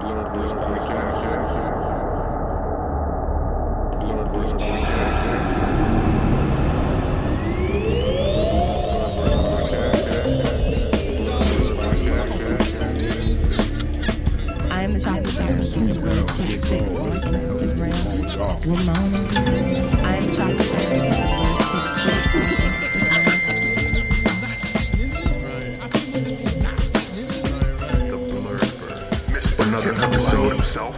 Blurred Voice Podcast. Blurred Voice Podcast. I am the chocolate therapist of Red Chick 6 on Instagram. Ramona. I am the chocolate therapist of Red Chick 6 on Instagram. another episode of Self.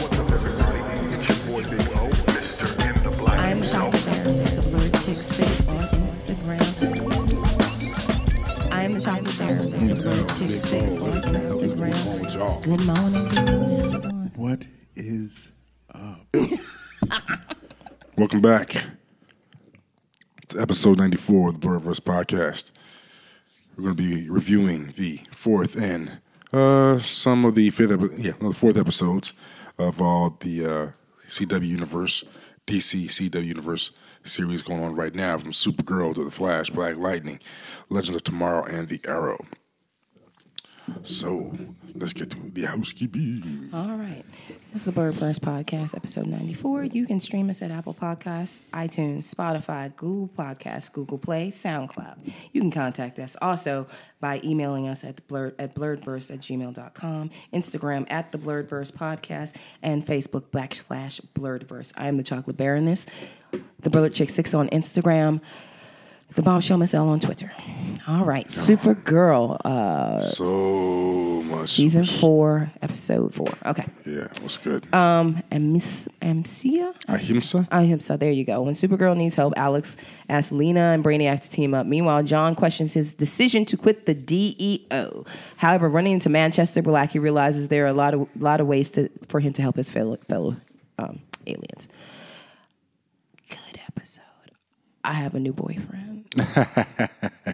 What's up, everybody? It's your boy Big O, Mr. in the Black. I am the himself. chocolate therapist of Red Chick 6 on Instagram. I am the chocolate therapist of Red Chick 6 on Instagram. Good morning. What is up? Welcome back to episode 94 of the Blurred Voice Podcast. We're going to be reviewing the fourth and uh, some of the fifth, epi- yeah, no, the fourth episodes of all the uh, CW Universe, DC CW Universe series going on right now, from Supergirl to the Flash, Black Lightning, Legends of Tomorrow, and the Arrow. So let's get to the housekeeping. All right. This is the Bird Burst Podcast, episode 94. You can stream us at Apple Podcasts, iTunes, Spotify, Google Podcasts, Google Play, SoundCloud. You can contact us also by emailing us at the blurred at blurredburst at gmail.com, Instagram at the blurredburst podcast, and Facebook backslash blurredburst. I am the chocolate baroness, the blurred chick six on Instagram, the bombshell Miss L on Twitter. All right, Supergirl, uh, So much. season four, episode four. Okay. Yeah, what's good? Um, And Miss Amcia? Ahimsa? Ahimsa, there you go. When Supergirl needs help, Alex asks Lena and Brainiac to team up. Meanwhile, John questions his decision to quit the DEO. However, running into Manchester Blackie realizes there are a lot of lot of ways to, for him to help his fellow, fellow um, aliens. Good episode. I have a new boyfriend.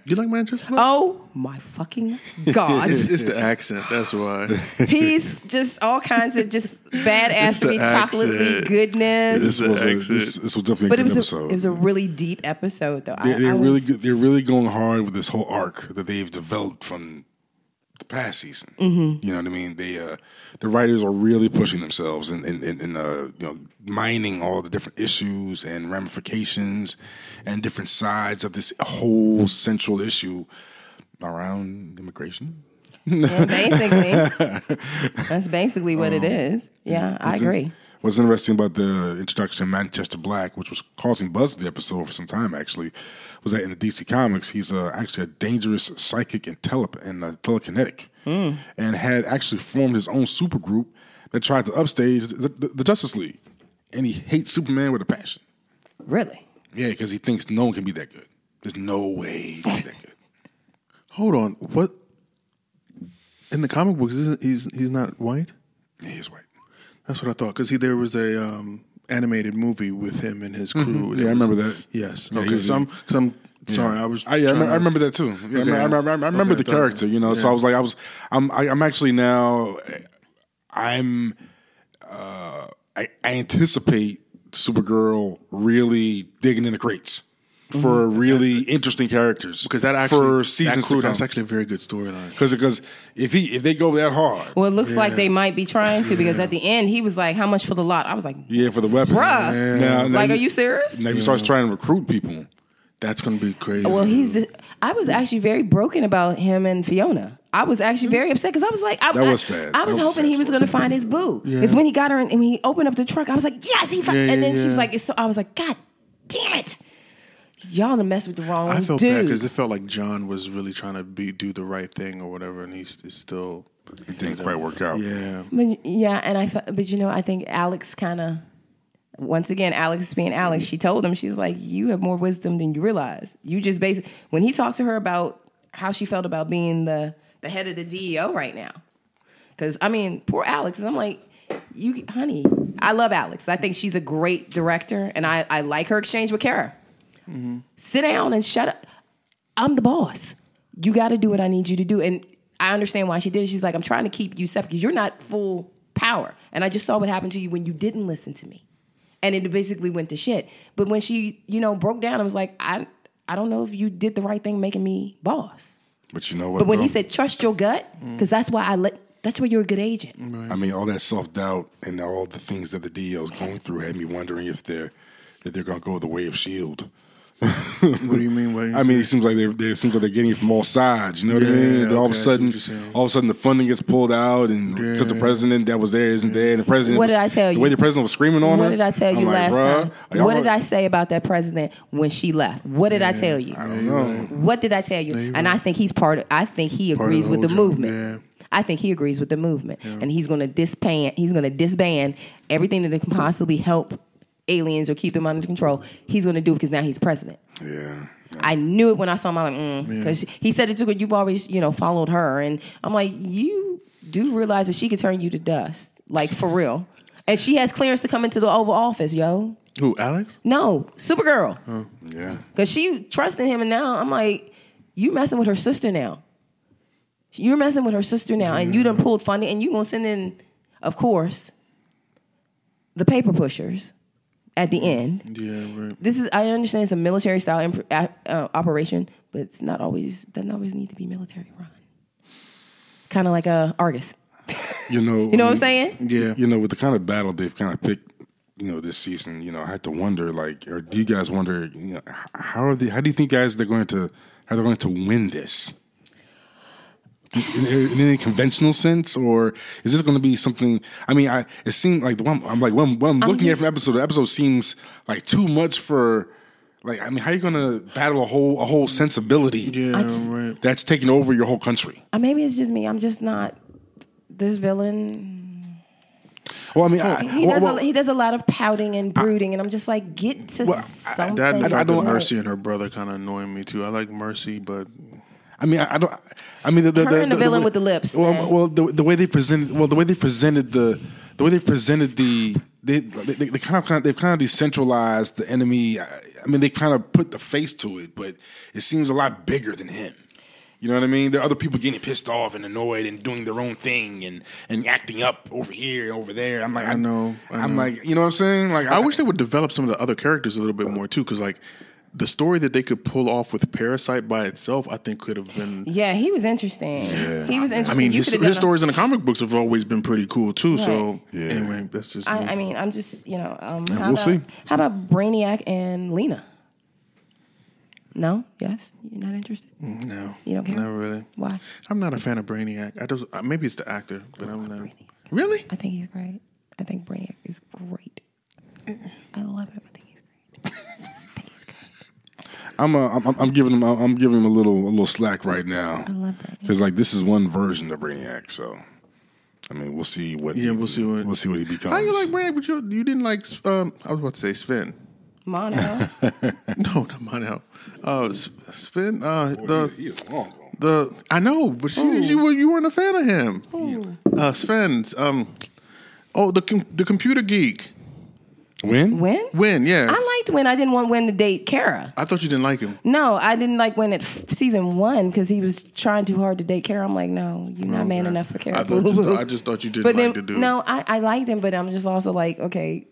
You like Manchester? oh my fucking god! It's, it's the accent. That's why. He's just all kinds of just badassery, It's the chocolatey accent. goodness. This It's was, an a, exit. this, this was definitely But a it good was a, episode. it was a really deep episode though. They, I, they're I really was- good, they're really going hard with this whole arc that they've developed from the past season. Mm-hmm. You know what I mean? They uh, the writers are really pushing themselves and and, and, and uh, you know mining all the different issues and ramifications and different sides of this whole central issue around immigration. basically. that's basically what Oh, it is. Yeah, I agree. What's interesting about the introduction of Manchester Black, which was causing buzz in the episode for some time, actually, was that in the DC Comics, he's uh, actually a dangerous psychic and, tele- and uh, telekinetic, Hmm. and had actually formed his own supergroup that tried to upstage the, the, the Justice League. And he hates Superman with a passion. Really. Yeah, because he thinks no one can be that good. There's no way he's that good. Hold on. What? In the comic books, isn't he's he's not white? Yeah, he's white. That's what I thought. Because he there was a um, animated movie with him and his crew. Mm-hmm. Yeah, I remember that. Yes. Yeah, Okay. he was- so I'm. Cause I'm sorry. I was. I, Oh, yeah, I, trying remember, to- I remember that too. Yeah, I remember, I remember, I remember Okay, the I thought- character, you know. So I was like, I was, I'm, I, I'm actually now, I'm, uh, I, I anticipate Supergirl really digging in the crates for really interesting characters Mm-hmm. Because that actually for seasons that crew, to that's come. actually a very good storyline. Because because if he if they go that hard, Well, it looks like they might be trying to because at the end he was like, "How much for the lot?" I was like, yeah, for the weapons, Bruh. Yeah. Now, now "Like, are you serious?" Now he starts trying to recruit people. That's going to be crazy. Well, he's. The, I was actually very broken about him and Fiona. I was actually very upset because I was like, I, Mm-hmm. That was I- sad. I, was That was a hoping sad he was story. going to find his boo. Because when he got her and when he opened up the truck, I was like, yes, he. fi-" Yeah, and yeah, then she was yeah. like, it's so, I was like, God damn it, y'all done messed with the wrong I felt dude. bad because it felt like John was really trying to be do the right thing or whatever, and he's, he's still. It didn't quite work out. Yeah. But yeah, and I fe- but you know I think Alex kind of once again Alex being Alex, she told him she's like you have more wisdom than you realize. You just basically when he talked to her about how she felt about being the the head of the DEO right now. Cuz I mean, poor Alex, and I'm like you honey, I love Alex. I think she's a great director and I I like her exchange with Kara. Sit down and shut up. I'm the boss. You got to do what I need you to do. And I understand why she did. it. She's like, I'm trying to keep you separate because you're not full power. And I just saw what happened to you when you didn't listen to me. And it basically went to shit. But when she, you know, broke down, I was like, I, I don't know if you did the right thing making me boss. But you know what? But when he though? Mm. said, trust your gut, because that's why I let, That's where you're a good agent. I mean, all that self doubt and all the things that the DL is going through had me wondering if they're that they're going to go the way of Shield. What do you mean? What do you E I mean, it seems like they're, they it seems like they're getting it from all sides. You know what I Yeah, mean? yeah, And all of okay, I a see sudden, what you're saying. all of a sudden, the funding gets pulled out, and because the Yeah. president that was there isn't there, and the president. What did was- I tell The you? way the president was screaming on What her. did I tell I'm you like, last "Bruh, time? y'all What did are- I say about that president when she left? What did I tell you? I don't know. What did I tell you? you're And I think he's part. Of, I think he of agrees the with the whole job, movement. I think he agrees with the movement, and he's going to disband. He's going to disband everything that can possibly help aliens or keep them under control. He's going to do it because now he's president. Yeah. I knew it when I saw him. I'm like, because he said it to her. You've always, you know, followed her, and I'm like, you do realize that she could turn you to dust, like for real. And she has clearance to come into the Oval Office, yo. Who, Alex? No, Supergirl, Yeah. because she trusted him, and now I'm like, you messing with her sister now. You're messing with her sister now, and you done pulled funding, and you gonna send in, of course, the paper pushers at the end Yeah, right. this is I understand it's a military style imp- a- uh, operation, but it's not always doesn't always need to be military run. Kind of like a Argus. You know. You know what I'm saying? Yeah. You know, with the kind of battle they've kind of picked, you know, this season, you know, I had to wonder, like, or do you guys wonder, you know, h- how are they? How do you think guys they're going to how they're going to win this? In, in- in any conventional sense, or is this going to be something? I mean, I it seemed like the one I'm like when, when I'm looking at just- from episode, the episode seems like too much for. Like I mean, how are you going to battle a whole a whole sensibility Yeah, I just- right. that's taking over your whole country? Or Uh, maybe it's just me. I'm just not this villain. Well, I mean, I, He well, does well- a, he does a lot of pouting and brooding, and I'm just like, get to Well, I- something. That and I Dr. don't- Mercy and her brother kind of annoying me too. I like Mercy, but I mean, I, I don't. I mean, the, the, Her the, and the villain with the lips, eh? Well, man. well, the, the way they presented. Well, the way they presented the, the way they presented the, they, they, they kind of, kind of, they've kind of decentralized the enemy. I, I mean, they kind of put the face to it, but it seems a lot bigger than him. You know what I mean? There are other people getting pissed off and annoyed and doing their own thing and and acting up over here, over there. I'm like, I, know, I am know. like, you know what I'm saying? Like, I wish they would develop some of the other characters a little bit more too, because like the story that they could pull off with Parasite by itself, I think could have been. yeah, he was interesting. He was I interesting. mean, You his, could've done his a- stories in the comic books have always been pretty cool too. So Right. Yeah. anyway, that's just. I, I mean, I'm just you know. Um, Yeah, how we'll about, see. How about Brainiac and Lena? No. Yes. You're not interested. no, You don't care? Not really. Why? I'm not a fan of Brainiac. I just uh, maybe it's the actor, but I'm not. Really? I think he's great. I think Brainiac is great. I love him. I think he's great. I think he's great. I'm, a, I'm I'm giving him I'm giving him a little a little slack right now. I love Brainiac. Because like this is one version of Brainiac, so I mean we'll see what Yeah, we'll see what- we'll see what he becomes. How you like Brainiac? But you, you didn't like. Um, I was about to say Sven. Mono. No, not Mono. Uh, S- Sven. Uh, the He is long gone. The I know, but Oh. she, you were you weren't a fan of him. Uh, Sven's um, oh the com- the computer geek When? Win. Win. Yes, I liked Win. I didn't want Win to date Kara. I thought you didn't like him. No, I didn't like Win at f- season one because he was trying too hard to date Kara. I'm like, no, you're not man Okay. enough for Kara. I thought just, I just thought you didn't but like then, the dude. no, I, I liked him, but I'm just also like, okay,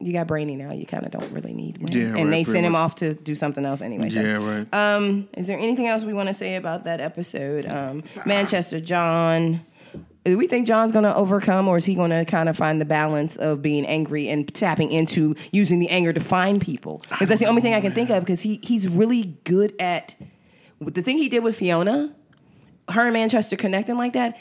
you got Brainy now. You kind of don't really need Win. Yeah, and right, they pretty sent him much. off to do something else anyway. so- yeah, right. Um, is there anything else we want to say about that episode? Um, Manchester John. Do we think John's going to overcome, or is he going to kind of find the balance of being angry and tapping into using the anger to find people? Because that's the only thing I can think of. Because he he's really good at the thing he did with Fiona, her and Manchester connecting like that.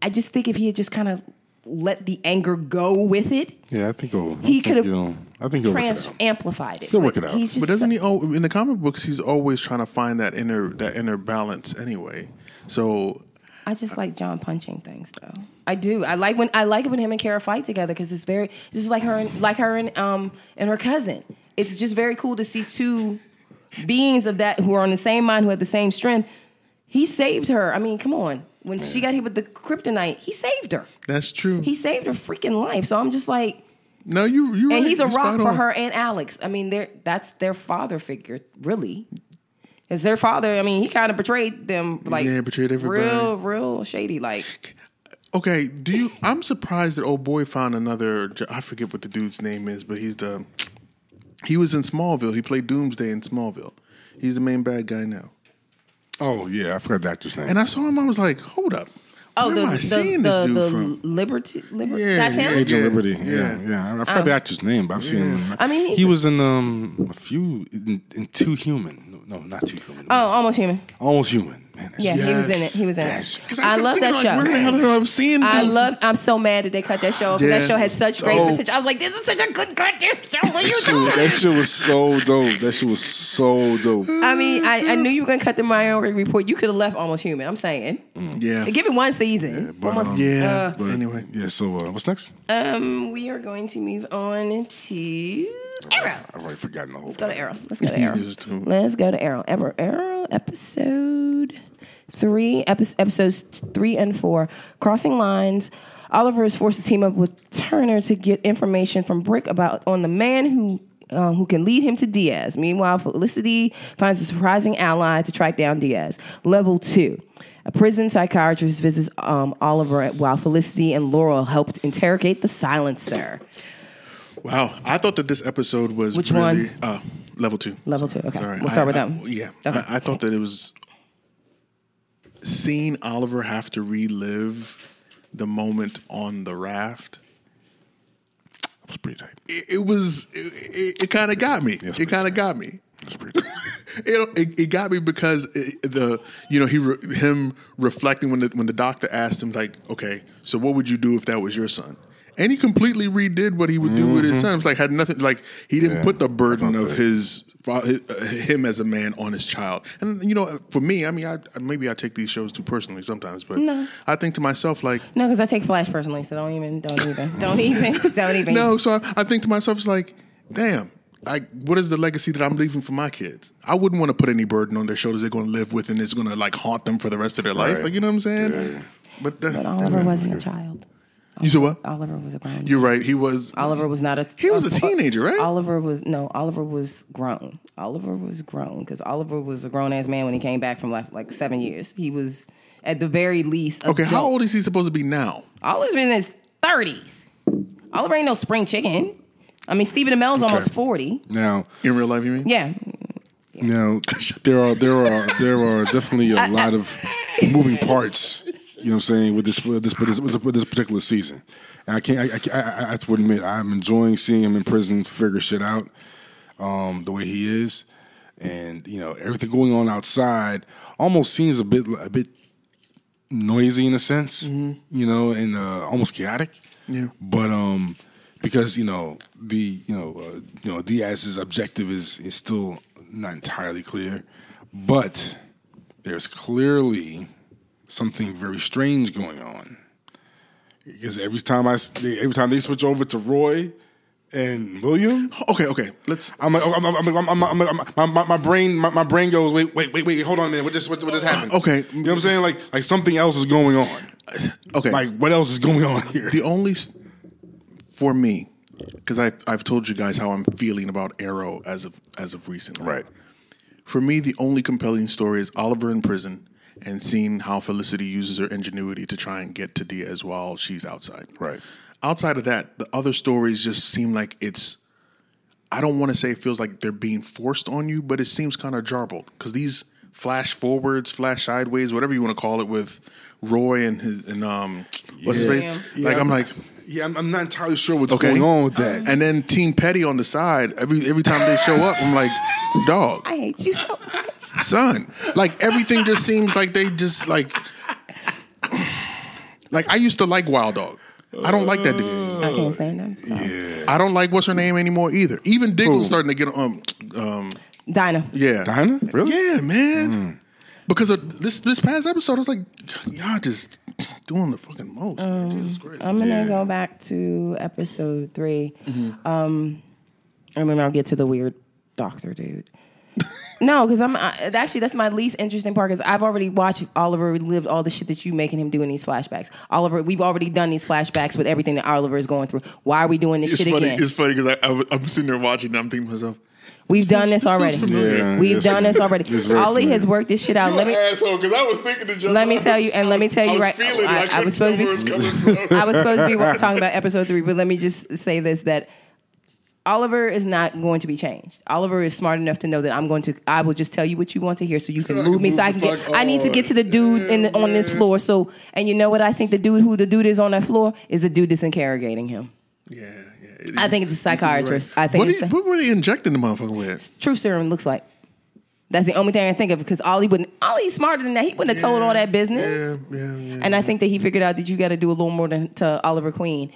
I just think if he had just kind of let the anger go with it, Yeah, I think he'll, He I think could've he'll- I think he'll work it trans- out. amplified it. He'll work it out. He's just but doesn't he? Oh, in the comic books, he's always trying to find that inner that inner balance. Anyway, so I just like John punching things though. I do. I like when I like it when him and Kara fight together because it's very it's just like her and like her and um and her cousin. It's just very cool to see two beings of that who are on the same mind who have the same strength. He saved her. I mean, come on. When she got hit with the kryptonite, he saved her. that's true. He saved her freaking life. So I'm just like, no, you you. and right. he's a You rock spot for on. her and Alex. I mean, they're that's their father figure, really. Is their father? I mean, he kind of betrayed them, like Yeah, betrayed everybody. real, real shady, like. Okay, do you? I'm surprised that old boy found another. jo- I forget what the dude's name is, but he's the. He was in Smallville. He played Doomsday in Smallville. He's the main bad guy now. Oh yeah, I forgot the actor's name. And I saw him. I was like, hold up. Oh, Where the am I seeing the, this the, dude the from? Liberty, Liberty, Yeah, Titanic? yeah. Angel Liberty. yeah. Yeah, yeah. I, I forgot the actor's name, but I've seen him. Um, I mean, he's- he was in um a few in, in Two Human. No, no, not Two Human. Oh, almost human. Almost Human. Man, that's- Yeah, he was in it. Yes. He was in Yes. it. 'Cause I, kept love thinking, that like, show. Where the hell am I seeing? I this? love. I'm so mad that they cut that show off. 'cause Yeah. That show had such great Oh. potential. I was like, this is such a good goddamn show. What are you That shit doing? was- that shit was so dope. That shit was so dope. I mean, I, I knew you were gonna cut the minority report. You could have left almost human. I'm saying, Yeah. give it Uh, one season. but, Almost- um, Yeah. But anyway, yeah. So uh, what's next? um, we are going to move on to Arrow. I've already forgotten the whole. Let's go to Arrow. Let's go to Arrow. Yes, too. Let's go to Arrow. Arrow, Arrow episode three, epi- episodes three and four. Crossing lines. Oliver is forced to team up with Turner to get information from Brick about on the man who. Um, who can lead him to Diaz? Meanwhile, Felicity finds a surprising ally to track down Diaz. Level two. A prison psychiatrist visits um, Oliver while Felicity and Laurel helped interrogate the silencer. Wow, I thought that this episode was Which really, one? Uh, level two. Level two. Okay. Sorry, We'll start I- with I- them. Yeah, Okay. I, I thought that it was seeing Oliver have to relive the moment on the raft. It was pretty tight. It It, it was. It, it, it kind of got me. Yes, it please. kind of got me. was pretty tight. It, it, it got me because it, the you know he re, him reflecting when the when the doctor asked him like okay so what would you do if that was your son and he completely redid what he would do with his son it was like had nothing like he didn't Mm-hmm. Yeah, put the I burden thought of that. his, fa- his uh, him as a man on his child and you know for me I mean I maybe I take these shows too personally sometimes but I think to myself like No, because I take Flash personally, so don't even, don't even, don't even, don't even. No, so I, I think to myself, it's like, damn, like what is the legacy that I'm leaving for my kids? I wouldn't want to put any burden on their shoulders they're going to live with, and it's going to like haunt them for the rest of their life. Right. Like you know what I'm saying? Yeah. But, the, But Oliver wasn't a child. you said what? Oliver was a grown. You're right. He was. Oliver was not a. He was a teenager, right? Oliver was no. Oliver was grown. Oliver was grown because Oliver was a grown ass man when he came back from like, like seven years. He was at the very least. okay, how adult. old is he supposed to be now? Oliver's been in his thirties. Oliver ain't no spring chicken. I mean, Stephen Amell's almost forty. Now, In real life, you mean? Yeah, now there are there are there are definitely a lot of moving parts. You know what I'm saying with this with this with this, with this particular season. And I can't. I, I, can't- I, I, I have to admit, I'm enjoying seeing him in prison figure shit out. Um, the way he is, and you know everything going on outside almost seems a bit a bit noisy in a sense. You know, and uh, almost chaotic. Yeah. But um, because you know the you know uh, you know Diaz's objective is is still not entirely clear, but there's clearly something very strange going on. Because every time I s- they- every time they switch over to Roy and William, Okay, okay. Let's. I'm like, oh, I'm, I'm, I'm, I'm, I'm, I'm, my, my, my brain, my, my brain goes, wait, wait, wait, wait, hold on a minute, what just what, what just happened? Okay. you know what I'm saying? Like like something else is going on. uh, Okay. Like what else is going on here? The only s- for me, because I I've told you guys how I'm feeling about Arrow as of as of recently. For me, the only compelling story is Oliver in prison and seeing how Felicity uses her ingenuity to try and get to Diaz while she's outside. Right. Outside of that, the other stories just seem like it's. I don't want to say it feels like they're being forced on you, but it seems kind of jarbled because these flash forwards, flash sideways, whatever you want to call it, with Roy and his and um, what's his Yeah. face? Like I'm like, Yeah, I'm, I'm not entirely sure what's okay, going on with that. Uh, And then Team Petty on the side. Every every time they show up, I'm like, dog I hate you so much. son. Like everything just seems like they just like like I used to like Wild Dog. I don't like that dude. anymore. I can't stand him. So. I don't like what's her name anymore either. Even Diggle's Who? starting to get um um Dinah. yeah. Dinah? Really? Yeah, man. Because of this this past episode, I was like, y'all just doing the fucking most. man. Jesus Christ. Um, I'm gonna go back to episode 3 Um, and then I'll get to the weird doctor dude. no, because I'm I, actually that's my least interesting part. Because I've already watched Oliver lived all the shit that you making him do in these flashbacks. Oliver, we've already done these flashbacks with everything that Oliver is going through. Why are we doing this it's shit funny. again? It's funny because I, I, I'm sitting there watching. and I'm thinking to myself, We've done this already. familiar. Yeah, We've it's- done this already. it's very Ollie familiar. has worked this shit out. "You Let me asshole," because I was thinking to jump. let me tell you, and let me tell you I was right. feeling it. I I, I couldn't was supposed tell to where be. it was coming from. I was supposed to be talking about episode three, but let me just say this: that Oliver is not going to be changed. Oliver is smart enough to know that I'm going to. I will just tell you what you want to hear, so you can I move can me. move so I the can get. fuck I need to get to the on. dude in the, on this Yeah. floor. So, and you know what? I think the dude who the dude is on that floor is the dude that's interrogating him. Yeah, yeah. I think it's a psychiatrist. I think What, it's are a- you- what were they injecting the motherfucker with? truth serum looks like. That's the only thing I can think of because Ollie wouldn't. Ollie's smarter than that. He wouldn't have told all that business. Yeah, yeah, yeah. And I think that he figured out that you got to do a little more than to Oliver Queen.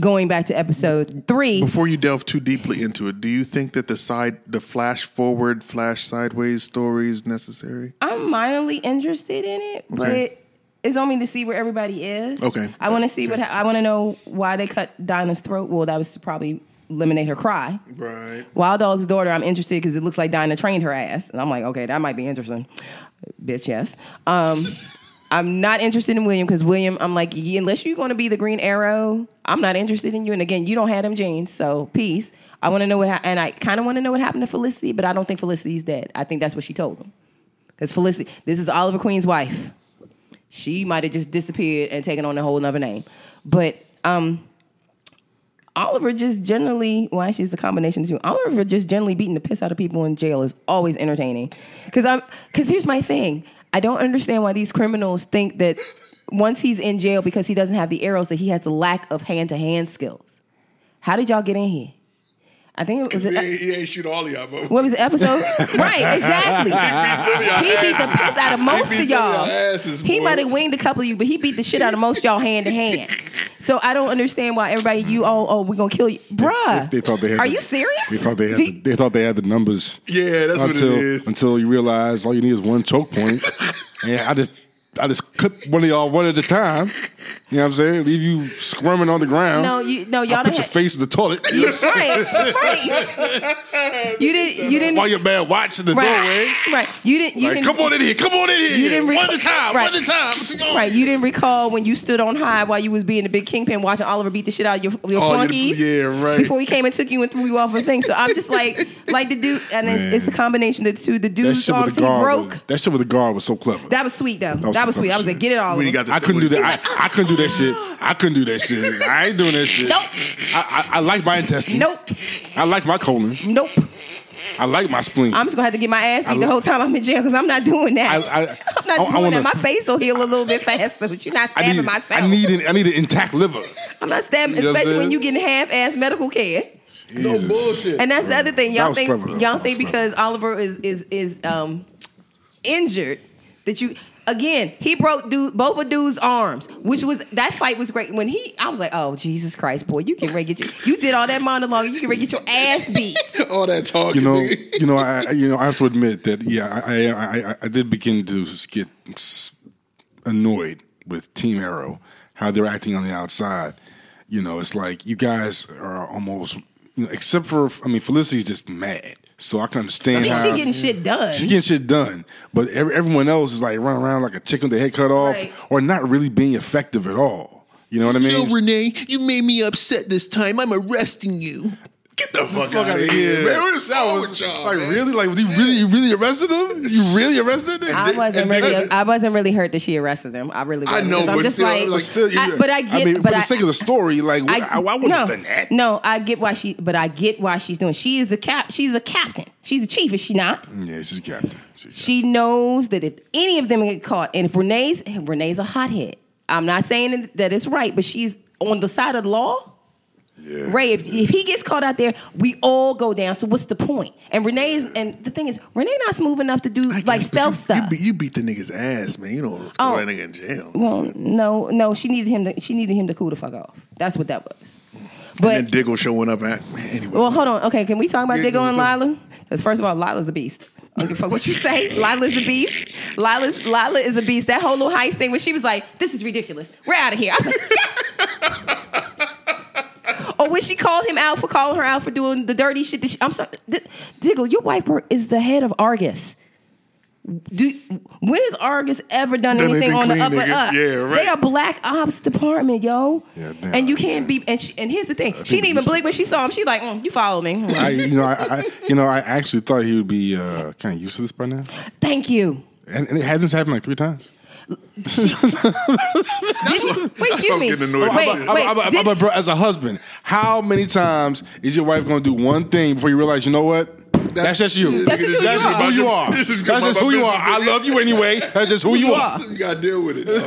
Going back to episode three, Before you delve too deeply into it, do you think that the side, the flash forward, flash sideways story is necessary? I'm mildly interested in it, Okay. but it's only to see where everybody is. Okay. I want to see what I want to know why they cut Dinah's throat. Well, that was to probably eliminate her cry. Right. Wild Dog's daughter, I'm interested because it looks like Dinah trained her ass. And I'm like, okay, that might be interesting. Bitch, yes. Um, I'm not interested in William because William, I'm like, yeah, unless you're going to be the Green Arrow, I'm not interested in you. And again, you don't have them jeans, so peace. I want to know what, ha- and I kind of want to know what happened to Felicity, but I don't think Felicity's dead. I think that's what she told him. Because Felicity, this is Oliver Queen's wife. She might have just disappeared and taken on a whole nother name. But um, Oliver just generally, well, actually, it's a combination of the two. Oliver just generally beating the piss out of people in jail is always entertaining. Because I'm, because here's my thing. I don't understand why these criminals think that once he's in jail because he doesn't have the arrows that he has the lack of hand to hand skills. How did y'all get in here? I think it was. an ep- ain't shoot all y'all, but What was the episode? right, exactly. He beat the piss out of most of beat some of y'all. y'all asses, he boy. might have winged a couple of you, but he beat the shit out of most y'all hand to hand. So I don't understand why everybody you all oh we're gonna kill you, bruh. They thought they had Are the- you serious? They thought they had. Do The, they thought they had the numbers. Yeah, that's what it until, is. Until you realize all you need is one choke point, and I just, I just clip one of y'all one at a time. You know what I'm saying? Leave you squirming on the ground. No, you- no, y'all I put done your had- face in the toilet you, right, right. You didn't. You didn't. while your man watching the doorway. right, right. You didn't. You Like, didn't. come on in here, come on in here. didn't re- one at a time, Right. one at a time. What you gonna- Right, you didn't recall when you stood on high while you was being the big kingpin watching Oliver beat the shit out of your, your Oh, flunkies. yeah, yeah, right. Before he came and took you and threw you off a thing. So I'm just like, like the dude, and it's, Man. it's a combination of the two. The That dude shit with songs the he guard. broke. was- that shit with the guard was so clever. That was sweet though. That was, was some sweet. I was shit. like, get it all. over. When you got the I couldn't do that. I, I couldn't do that shit. I couldn't do that shit. I ain't doing that shit. Nope. I, I, I like my intestines. nope, I like my colon. nope. I like my spleen. I'm just gonna have to get my ass beat the lo- whole time I'm in jail because I'm not doing that. I- I, I- am not I- I doing wanna- that. My face will heal a little bit faster, but you're not I stabbing need, myself. I need an I need an intact liver. I'm not stabbing, You know what I'm especially when saying? you getting half ass medical care. No bullshit. And that's the other thing. Y'all was think clever, though. That y'all was think because Oliver is is is um injured that you again he broke dude both of dude's arms, which was that fight was great. When he I was like, oh Jesus Christ, boy, you can ready get your, you did all that monologue, you can ready get your ass beat. all that talking. You know, nigga. you know, I I- you know, I have to admit that yeah, I I, I, I did begin to get s- annoyed with Team Arrow how they're acting on the outside. You know, it's like you guys are almost you know, except for I mean, Felicity's just mad, so I can understand. She how, getting shit done. She's getting shit done, but every, everyone else is like running around like a chicken with their head cut off, Right. or not really being effective at all. You know what I mean? No, Renee, you made me upset this time. I'm arresting you. Get the fuck, fuck out outta of here, here, man. What is That wrong was- with y'all? Like man? really, like you really, you really arrested him? You really arrested him? I wasn't And really. then- I wasn't really hurt that she arrested him. I really. I Wasn't. know, 'Cause I'm but just still, like, But still, you- I, but I get. I mean, but for I, the sake of the story, like I, I, wouldn't no, have done that. No, I get why she. But I get why she's doing. She is the cap. She's a captain. She's a chief. Is she not? Yeah, she's a captain. She's a She knows that if any of them get caught, and if Renee's Renee's a hothead. I'm not saying that it's right, but she's on the side of the law. captain. Yeah. Ray, if, if he gets caught out there, we all go down. So what's the point? And Renee is, and the thing is, Renee not smooth enough to do I like guess, but stealth you, stuff. You beat, you beat the nigga's ass, man. You don't Oh. throw that nigga in jail. Well, no, no, she needed him to she needed him to cool the fuck off. That's what that was. and then But Diggle showing up at anyway. well, hold on. Okay, can we talk about Yeah, Diggle go, and go. Lila? Because first of all, Lila's a beast. I don't give a fuck what you say. Lila's a beast. Lila's Lila is a beast. That whole little heist thing where she was like, "This is ridiculous. We're out of here." I was like, "Yeah." Or when she called him out for calling her out for doing the dirty shit that she, I'm sorry, Di- Diggle, your wife wor- is the head of Argus. Do when has Argus ever done, Done anything, anything on the clean, upper nigga. up? Yeah, right. They are black ops department, yo. Yeah, damn, and you yeah. can't be. And she, and here's the thing, she think didn't even you- blink when she saw him. She like, mm, you follow me. Mm. Uh, I, you know, I, I, you know, I actually thought he would be uh, kind of used to this by now, Thank you. and, and it hasn't happened like three times. She, didn't, wait, excuse I'm me. getting annoyed. Wait, I'm- I'm- wait, I'm- I'm- did- I'm a bro- as a husband, how many times is your wife going to do one thing before you realize, you know what? That's, That's- just you. That's just who you just are. who you are. This is That's just my who you are. business, I love you anyway. That's just who you are. You gotta deal with it. dog.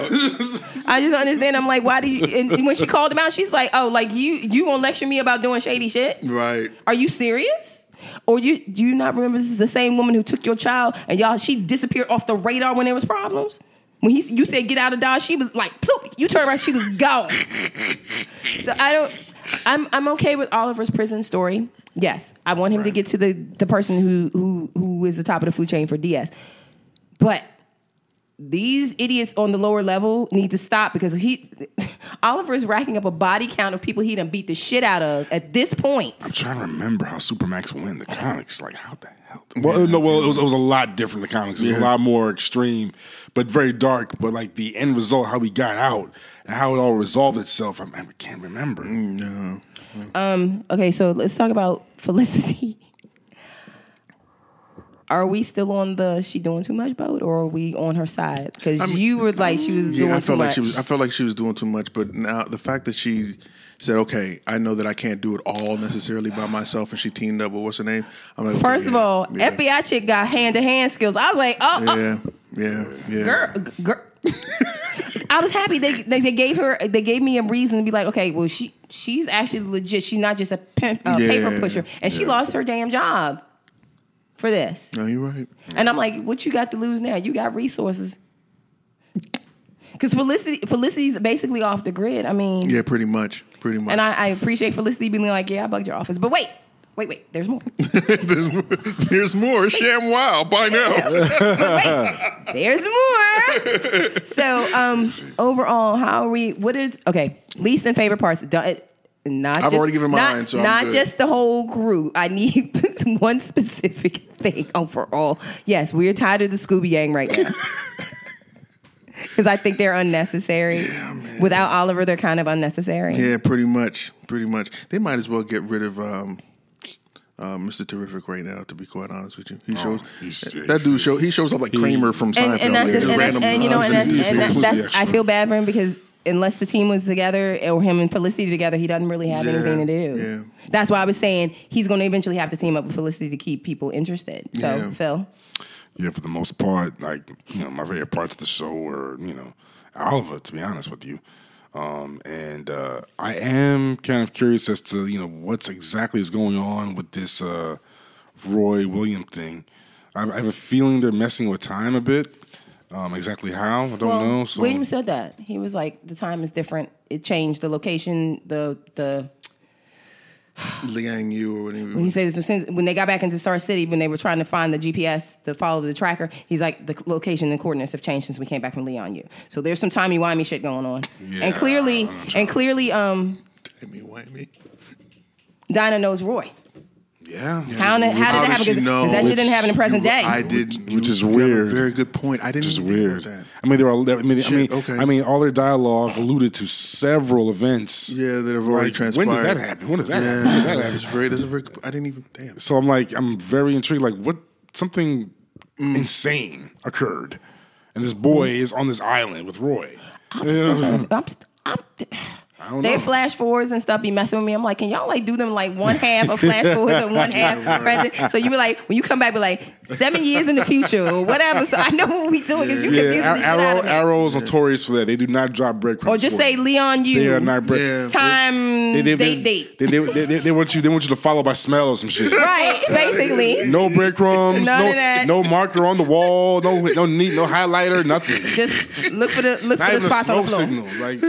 I just don't understand. I'm like, why do you? And and when she called him out, she's like, oh, like you you gonna lecture me about doing shady shit? right. Are you serious? Or you do you not remember this is the same woman who took your child and y'all she disappeared off the radar when there was problems? When he you said get out of Dodge, she was like ploop, you turned around, she was gone. so I don't I'm I'm okay with Oliver's prison story. Yes. I want him to get to the the person who who who is the top of the food chain for DS. But these idiots on the lower level need to stop because he Oliver is racking up a body count of people he done beat the shit out of at this point. I'm trying to remember how Supermax went in the comics. Like, how the hell? Well, no, well, it was, it was a lot different in the comics. It was a Yeah. lot more extreme, but very dark. But like the end result, how he got out and how it all resolved itself, I, I can't remember. Okay, so let's talk about Felicity. Are we still on the she doing too much boat, or are we on her side? Because you were like she was doing Yeah, I too felt like much. she was. I felt like she was doing too much. But now the fact that she said, "Okay, I know that I can't do it all necessarily by myself," and she teamed up with what's her name. I'm like, okay, First of yeah, all, yeah, FBI chick got hand to hand skills. I was like, oh, oh, yeah, yeah, yeah. girl, g- girl. I was happy they, they they gave her they gave me a reason to be like, okay, well she she's actually legit. She's not just a pimp, uh, paper Yeah, pusher, and she yeah. lost her damn job for this. No, you're right. And I'm like, what you got to lose now? You got resources. Because Felicity, Felicity's basically off the grid. I mean, Yeah, pretty much, pretty much. and I, I appreciate Felicity being like, yeah, I bugged your office. But wait, wait, wait, there's more. there's, more- there's more. Sham Wow, by now. There's more. so um overall, how are we? What is okay? Least and favorite parts. Don't- Not I've just- already given not- mine, so I'm not good. just the whole group. I need one specific thing overall. Yes, we are tired of the Scooby Gang right now. Because I think they're unnecessary. Without Oliver, they're kind of unnecessary. yeah, pretty much, pretty much. They might as well get rid of. um uh, Mr. Terrific, right now, to be quite honest with you, Oh, he shows he's- that dude show he shows up like Kramer from and, Seinfeld. and that's like, just and, that's, random and you know and times. that's, and that, Completely that's I extra. feel bad for him because unless the team was together or him and Felicity together, he doesn't really have Yeah, anything to do. yeah. That's why I was saying he's going to eventually have to team up with Felicity to keep people interested. So Yeah. Phil, Yeah, for the most part, like you know, my favorite parts of the show were you know Oliver, to be honest with you. Um, and uh, I am kind of curious as to you know what's exactly is going on with this uh, Roy William thing. I, I have a feeling they're messing with time a bit. Um, exactly how I don't know. So William said that he was like the time is different. It changed the location. The the Liang Yu or whatever. he said this was since- when they got back into Star City when they were trying to find the GPS to follow the tracker. He's like the location and coordinates have changed since we came back from Leon U. So there's some timey wimey shit going on. Yeah, and clearly, I'm trying- and clearly, um, Timmy Wimey. Dinah knows Roy. yeah, How, did- how did that How happen? she know? Because that shit didn't happen in present You- day. I did, Which you- is you have a weird. very good point. I didn't. Which is even think weird. about That. I mean, there are. I mean, I mean, Shit, okay. I mean, all their dialogue alluded to several events. Yeah, that have already Like, transpired. When did that happen? When did that happen? When did that Yeah, happen? that's very. That's a very. I didn't even. Damn. So I'm like, I'm very intrigued. Like, what something insane occurred, and this boy is on this island with Roy. I'm still, I'm st- I'm I don't they know. flash forwards and stuff be messing with me. I'm like, can y'all like do them like one half of flash forwards and one half present? So you be like, when you come back, be like seven years in the future or whatever. So I know what we doing because you yeah, confusing the shit Ar- out Arrow, of me. Arrow is notorious for that. They do not drop breadcrumbs. or just for say you. Leon, you They are not bread. Yeah. time They, date they- they- date. They, they- they- they- they want you. They want you to follow by smell or some shit. right, basically. No breadcrumbs. None no, of that. no marker on the wall. No, no need. No highlighter. Nothing. Just look for the look not for the even a spots on smoke the floor. signal. Like,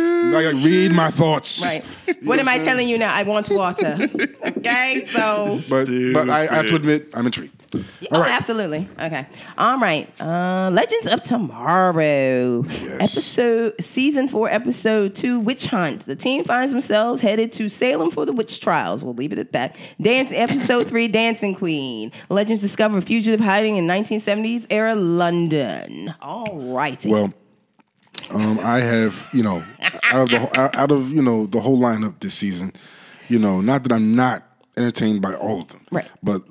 like, like, read my thoughts. Right. What am I telling you now? I want water. Okay, so But but I, I have to Stupid. admit, I'm intrigued. Oh, All right. absolutely. Okay. All right. Uh, Legends of Tomorrow. Episode season four, episode two, Witch Hunt. The team finds themselves headed to Salem for the witch trials. We'll leave it at that. Dance episode three, Dancing Queen. Legends discover fugitive hiding in 1970s era London. All righty. Well, um, I have you know out of the whole- out out of you know the whole lineup this season, you know, not that I'm not entertained by all of them, Right. But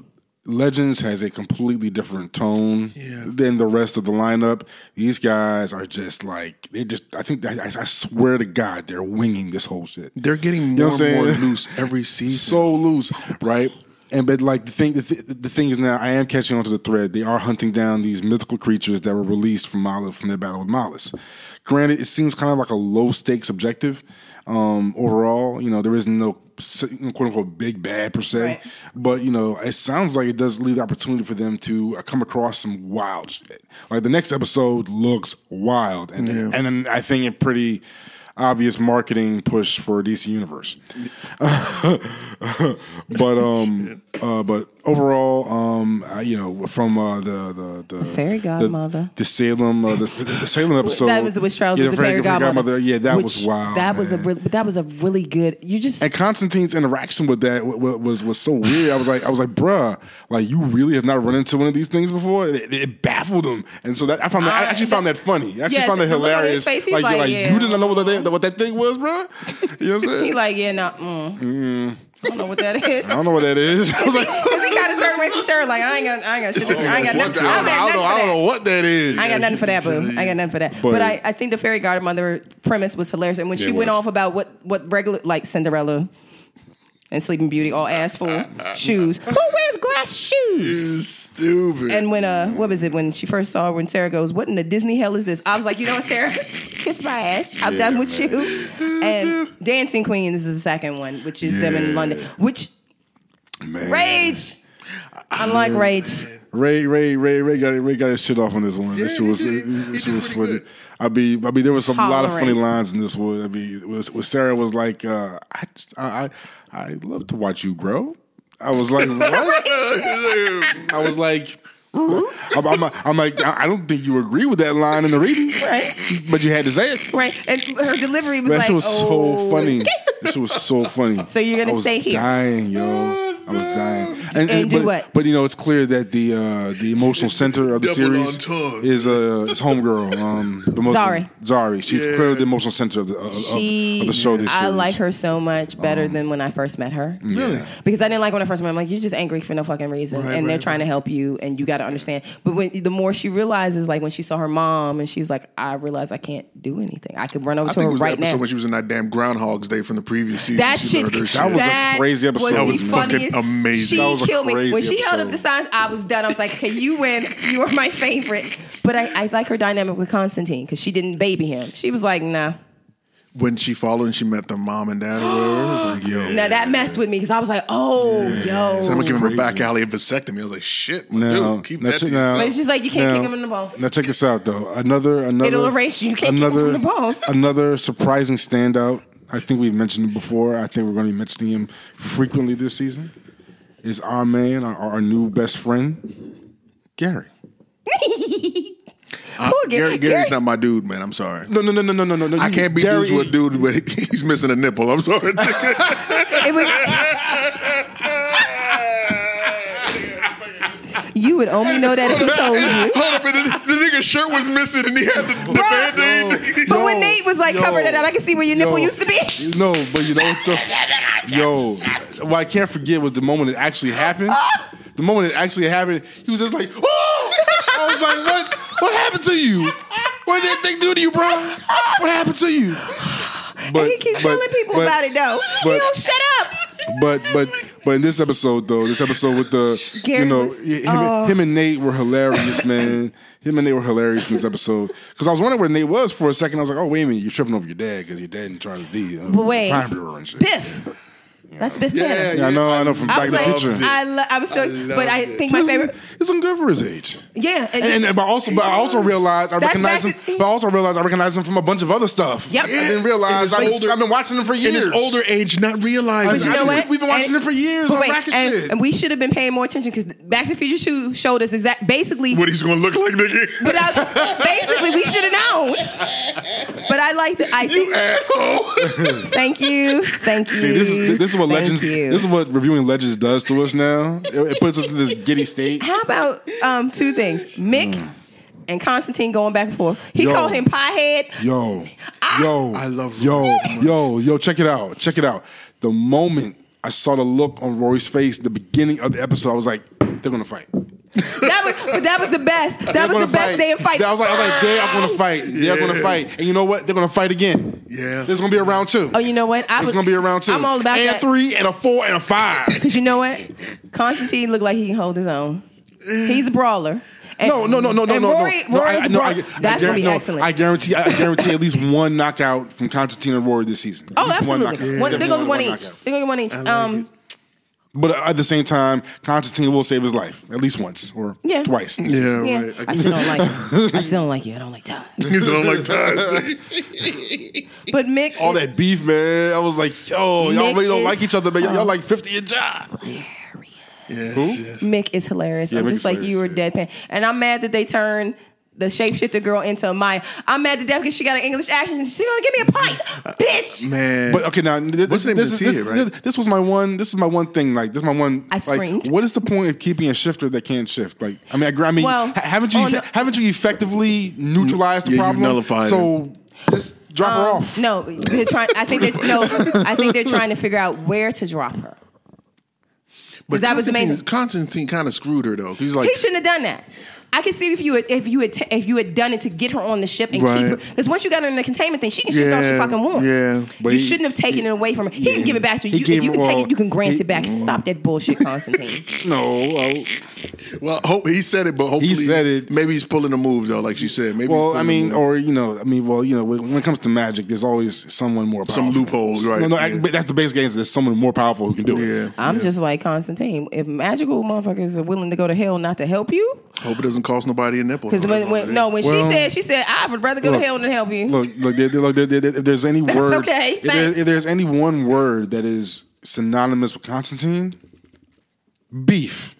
Legends has a completely different tone Yeah. than the rest of the lineup. These guys are just like they just. I think I, I swear to God, they're winging this whole shit. They're getting You know more what I'm and more saying? loose every season. so loose, right? And but like the thing, the, th- the thing is now I am catching onto the thread. They are hunting down these mythical creatures that were released from Malus from their battle with Malus. Granted, it seems kind of like a low stakes objective um, overall. You know, there is no s- quote unquote big bad per se, Right. but you know, it sounds like it does leave the opportunity for them to uh, come across some wild shit. Like the next episode looks wild, and and then I think it pretty obvious marketing push for DC Universe. but um, uh, but overall, um, I, you know, from uh, the the the fairy the- godmother. the, Salem, uh, the, the Salem episode that was with Charles yeah, with the fairy godmother. yeah, that which- was wild. That was a man. really, but that was a really good. You just And Constantine's interaction with that wa- wa- was was so weird. I was like, I was like, bruh, like you really have not run into one of these things before. It, it baffled him, and so that I found that I, I- actually found that funny. I actually Yes, found that the look on his hilarious. face, he's like, you're like, like yeah. you didn't know what that what that thing was, bruh. You know what I'm he saying? like yeah no. Mm. I don't know what that is. I don't know what that is. I was like, Because he kind of turned away from Sarah like I ain't got I ain't got shit. I ain't got what nothing. the- I don't I have don't know. nothing I don't know for that. what that is. I ain't got nothing for that, tell boo. I ain't got nothing for that. But- But, I, I think the fairy godmother premise was hilarious. And when she It went was. off about what, what regular, like Cinderella and Sleeping Beauty, all ass full shoes. Who wears glass shoes? stupid. And when, uh, what was it, when she first saw her, when Sarah goes, What in the Disney hell is this? I was like, You know what, Sarah? Kiss my ass. I'm done with you. And Dancing Queens is the second one, which is them Yeah. in London, which Man. rage. I like rage. Ray, Ray, Ray, Ray got Ray got his shit off on this one. this Yeah, shit was, uh, he did. He this did was pretty funny. good. I be, I mean, there was some a lot of funny Hollering. lines in this one. I mean, was, was Sarah was like, uh, I, just, I, I, I love to watch you grow. I was like, what? I was like, I'm, I'm, I'm like, I I don't think you agree with that line in the reading, Right. but you had to say it. Right. And her delivery was That like, shit was oh. so funny. That shit was so funny. So you're gonna I was stay here. Dying, yo. I was dying. And do but, what? But you know, it's clear that the uh, the emotional center of the Double series entendre. is uh, is homegirl. Um, the most, Zari. Zari. She's Yeah. clearly the emotional center of the of, of- she, of the show. This I series. like her so much better Uh-huh. than when I first met her. Really? Because I didn't like when I first met her. I'm like, you're just angry for no fucking reason. Right, and they're right, trying to help you, and you got to understand. But when the more she realizes, like when she saw her mom, and she was like, I realized I can't do anything. I could run over I to think her it was right that episode now. when she was in that damn Groundhog's Day from the previous season. That She shit, learned her That was a crazy episode. Was That the was fucking funniest. She amazing. That was a killed me crazy when she held up the episode. signs. I was done. I was like, "Okay, you win. You are my favorite." But I, I like her dynamic with Constantine because she didn't baby him. She was like, "Nah." when she followed and she met the mom and dad or whatever. I was like, yo. Now that messed with me because I was like, "Oh, yo." So I'm gonna give him a back alley and vasectomy. I was like, shit, my Now, dude, keep now that check- to yourself. now- But it's just like you can't now- kick him in the balls. Now check this out though. Another another It'll erase you. You can't kick him from the balls. Another surprising standout. I think we've mentioned him before. I think we're going to be mentioning him frequently this season. Is our man, our, our new best friend, Gary? Uh, Poor Gary- Gary, Gary's Gary- not my dude, man. I'm sorry. No, no, no, no, no, no, no, no. I can't be Gary, E. dudes with dude, but he's missing a nipple. I'm sorry. It was. you would only know that if he told you. Hold up, and the, the nigga's shirt was missing, and he had the, the Bruh. band-aid. But when Nate was like yo, covering it up, I could see where your nipple yo. used to be. No, but you know what the yo. What I can't forget was the moment it actually happened. Ah. The moment it actually happened, he was just like, "Oh!" I was like, "What? What happened to you? What did that thing do to you, bro? What happened to you?" But he keeps telling people but- about it though. but- you don't shut up. But but but in this episode though, this episode with the you Gary know was- him, oh. him and Nate were hilarious, man. him and Nate were hilarious in this episode because I was wondering where Nate was for a second. I was like, oh wait a minute, you're tripping over your dad because your dad didn't try to be uh, But wait, time bureau and shit. Biff. That's Biff Tanner. Yeah, Yeah, I know, I know from I Back was to the like, Future. I, lo- I was so, I but I loved think my favorite, He's looking good for his age. yeah, and, And, and but also, but I also realized I That's recognize him. back- But I also realized I recognize him from a bunch of other stuff. Yep. I didn't realize In I've, his older- I've been watching him for years. In his older age, not But realizing. you know I- what? we've been watching And- it for years but on wait, Racket and, Shit. and we should have been paying more attention because Back to the Future Two showed us exact basically. What he's gonna look like, nigga? but I, basically, we should have known. But I like the. I you think. asshole. Thank you. Thank you. See, this is this is what Thank legends. you. This is what reviewing legends does to us now. It, it puts us in this giddy state. How about um, two things? Mick and Constantine going back and forth. He Hmm. Yo. called him Piehead. Yo, yo, I love yo, Rory so much. yo, yo. Check it out. Check it out. The moment I saw the look on Rory's face the beginning of the episode. I was like, they're gonna fight. That was, but that was the best. That They're was gonna the best day of fight. That was like, I was like, they are gonna fight. They're Yeah. gonna fight. And you know what? They're gonna fight again. Yeah. There's gonna be a round two. Oh, you know what? I It's was- gonna be a round two. I'm all about and that. a three and a four and a five. Because you know what? Constantine looked like he can hold his own. He's a brawler. And- No, no, no, no, no, and no, Rory, no. no, Rory's I, no, bra- I, That's I, going to be no, excellent. I guarantee, I guarantee at least one knockout from Constantine and Rory this season. At oh, least absolutely. knockout. One- they're going to get one Definitely each. They're going to get one each. like um, But at the same time, Constantine will save his life at least once or Yeah. twice. this season. Yeah, yeah, right. I still don't like you. I still don't like you. I don't like Todd. Because I don't like Todd. But Mick, All that beef, man. I was like, yo, y'all Nick really don't is- like each other, man. Y'all, y'all like 50 a job. yeah, yeah. Mick is hilarious. Yeah, I'm Mick just is like you were hilarious, deadpan. And I'm mad that they turned the shapeshifter girl into Maya. I'm mad to death because she got an English accent. She's going to give me a Uh, pint, bitch. Man. But okay, now this, this, What's the name this, of is- the this, seed, right? this- this was my one. This is my one thing. Like this is my one. I like, screamed. What is the point of keeping a shifter that can't shift? Like I mean, I, gr- I mean, Well, oh, ha- haven't you on effe- the- haven't you effectively neutralized the Yeah, you've problem? nullified so just drop her Um, off. No, they're trying. I think they're, no. I think they're trying to figure out where to drop her. But that was the main- Constantine, Constantine kind of screwed her though. He's like, He shouldn't have done that. I can see if you had, if you had t- if you had done it to get her on the ship and keep Right. her because once you got her in the containment thing, she can shift all she Yeah, fucking wants. yeah. But you he- shouldn't have taken it away from her. He can give it back to He you. If gave you her can take all- it, you can grant he- it back. Stop that bullshit, Constantine. No. uh, well, hope he said it, but hopefully said it. Maybe he's pulling a move though, like she said. Maybe. he's well, pulling I a mean, move. or you know, I mean, well, you know, when when it comes to magic, there's always someone more powerful. Some loopholes, right, No, no, yeah. I- but that's the basic answer. There's someone more powerful who can do it. yeah. I'm just like Constantine. If magical motherfuckers are willing to go to hell not to help you, Hope it doesn't cost nobody a nipple. because when, when no, when she Well- said she said I would rather go Look, to hell than help you. Look, look, there, look there, there, there- if there's any word, okay, if, there- thanks. if there's any one word that is synonymous with Constantine, beef,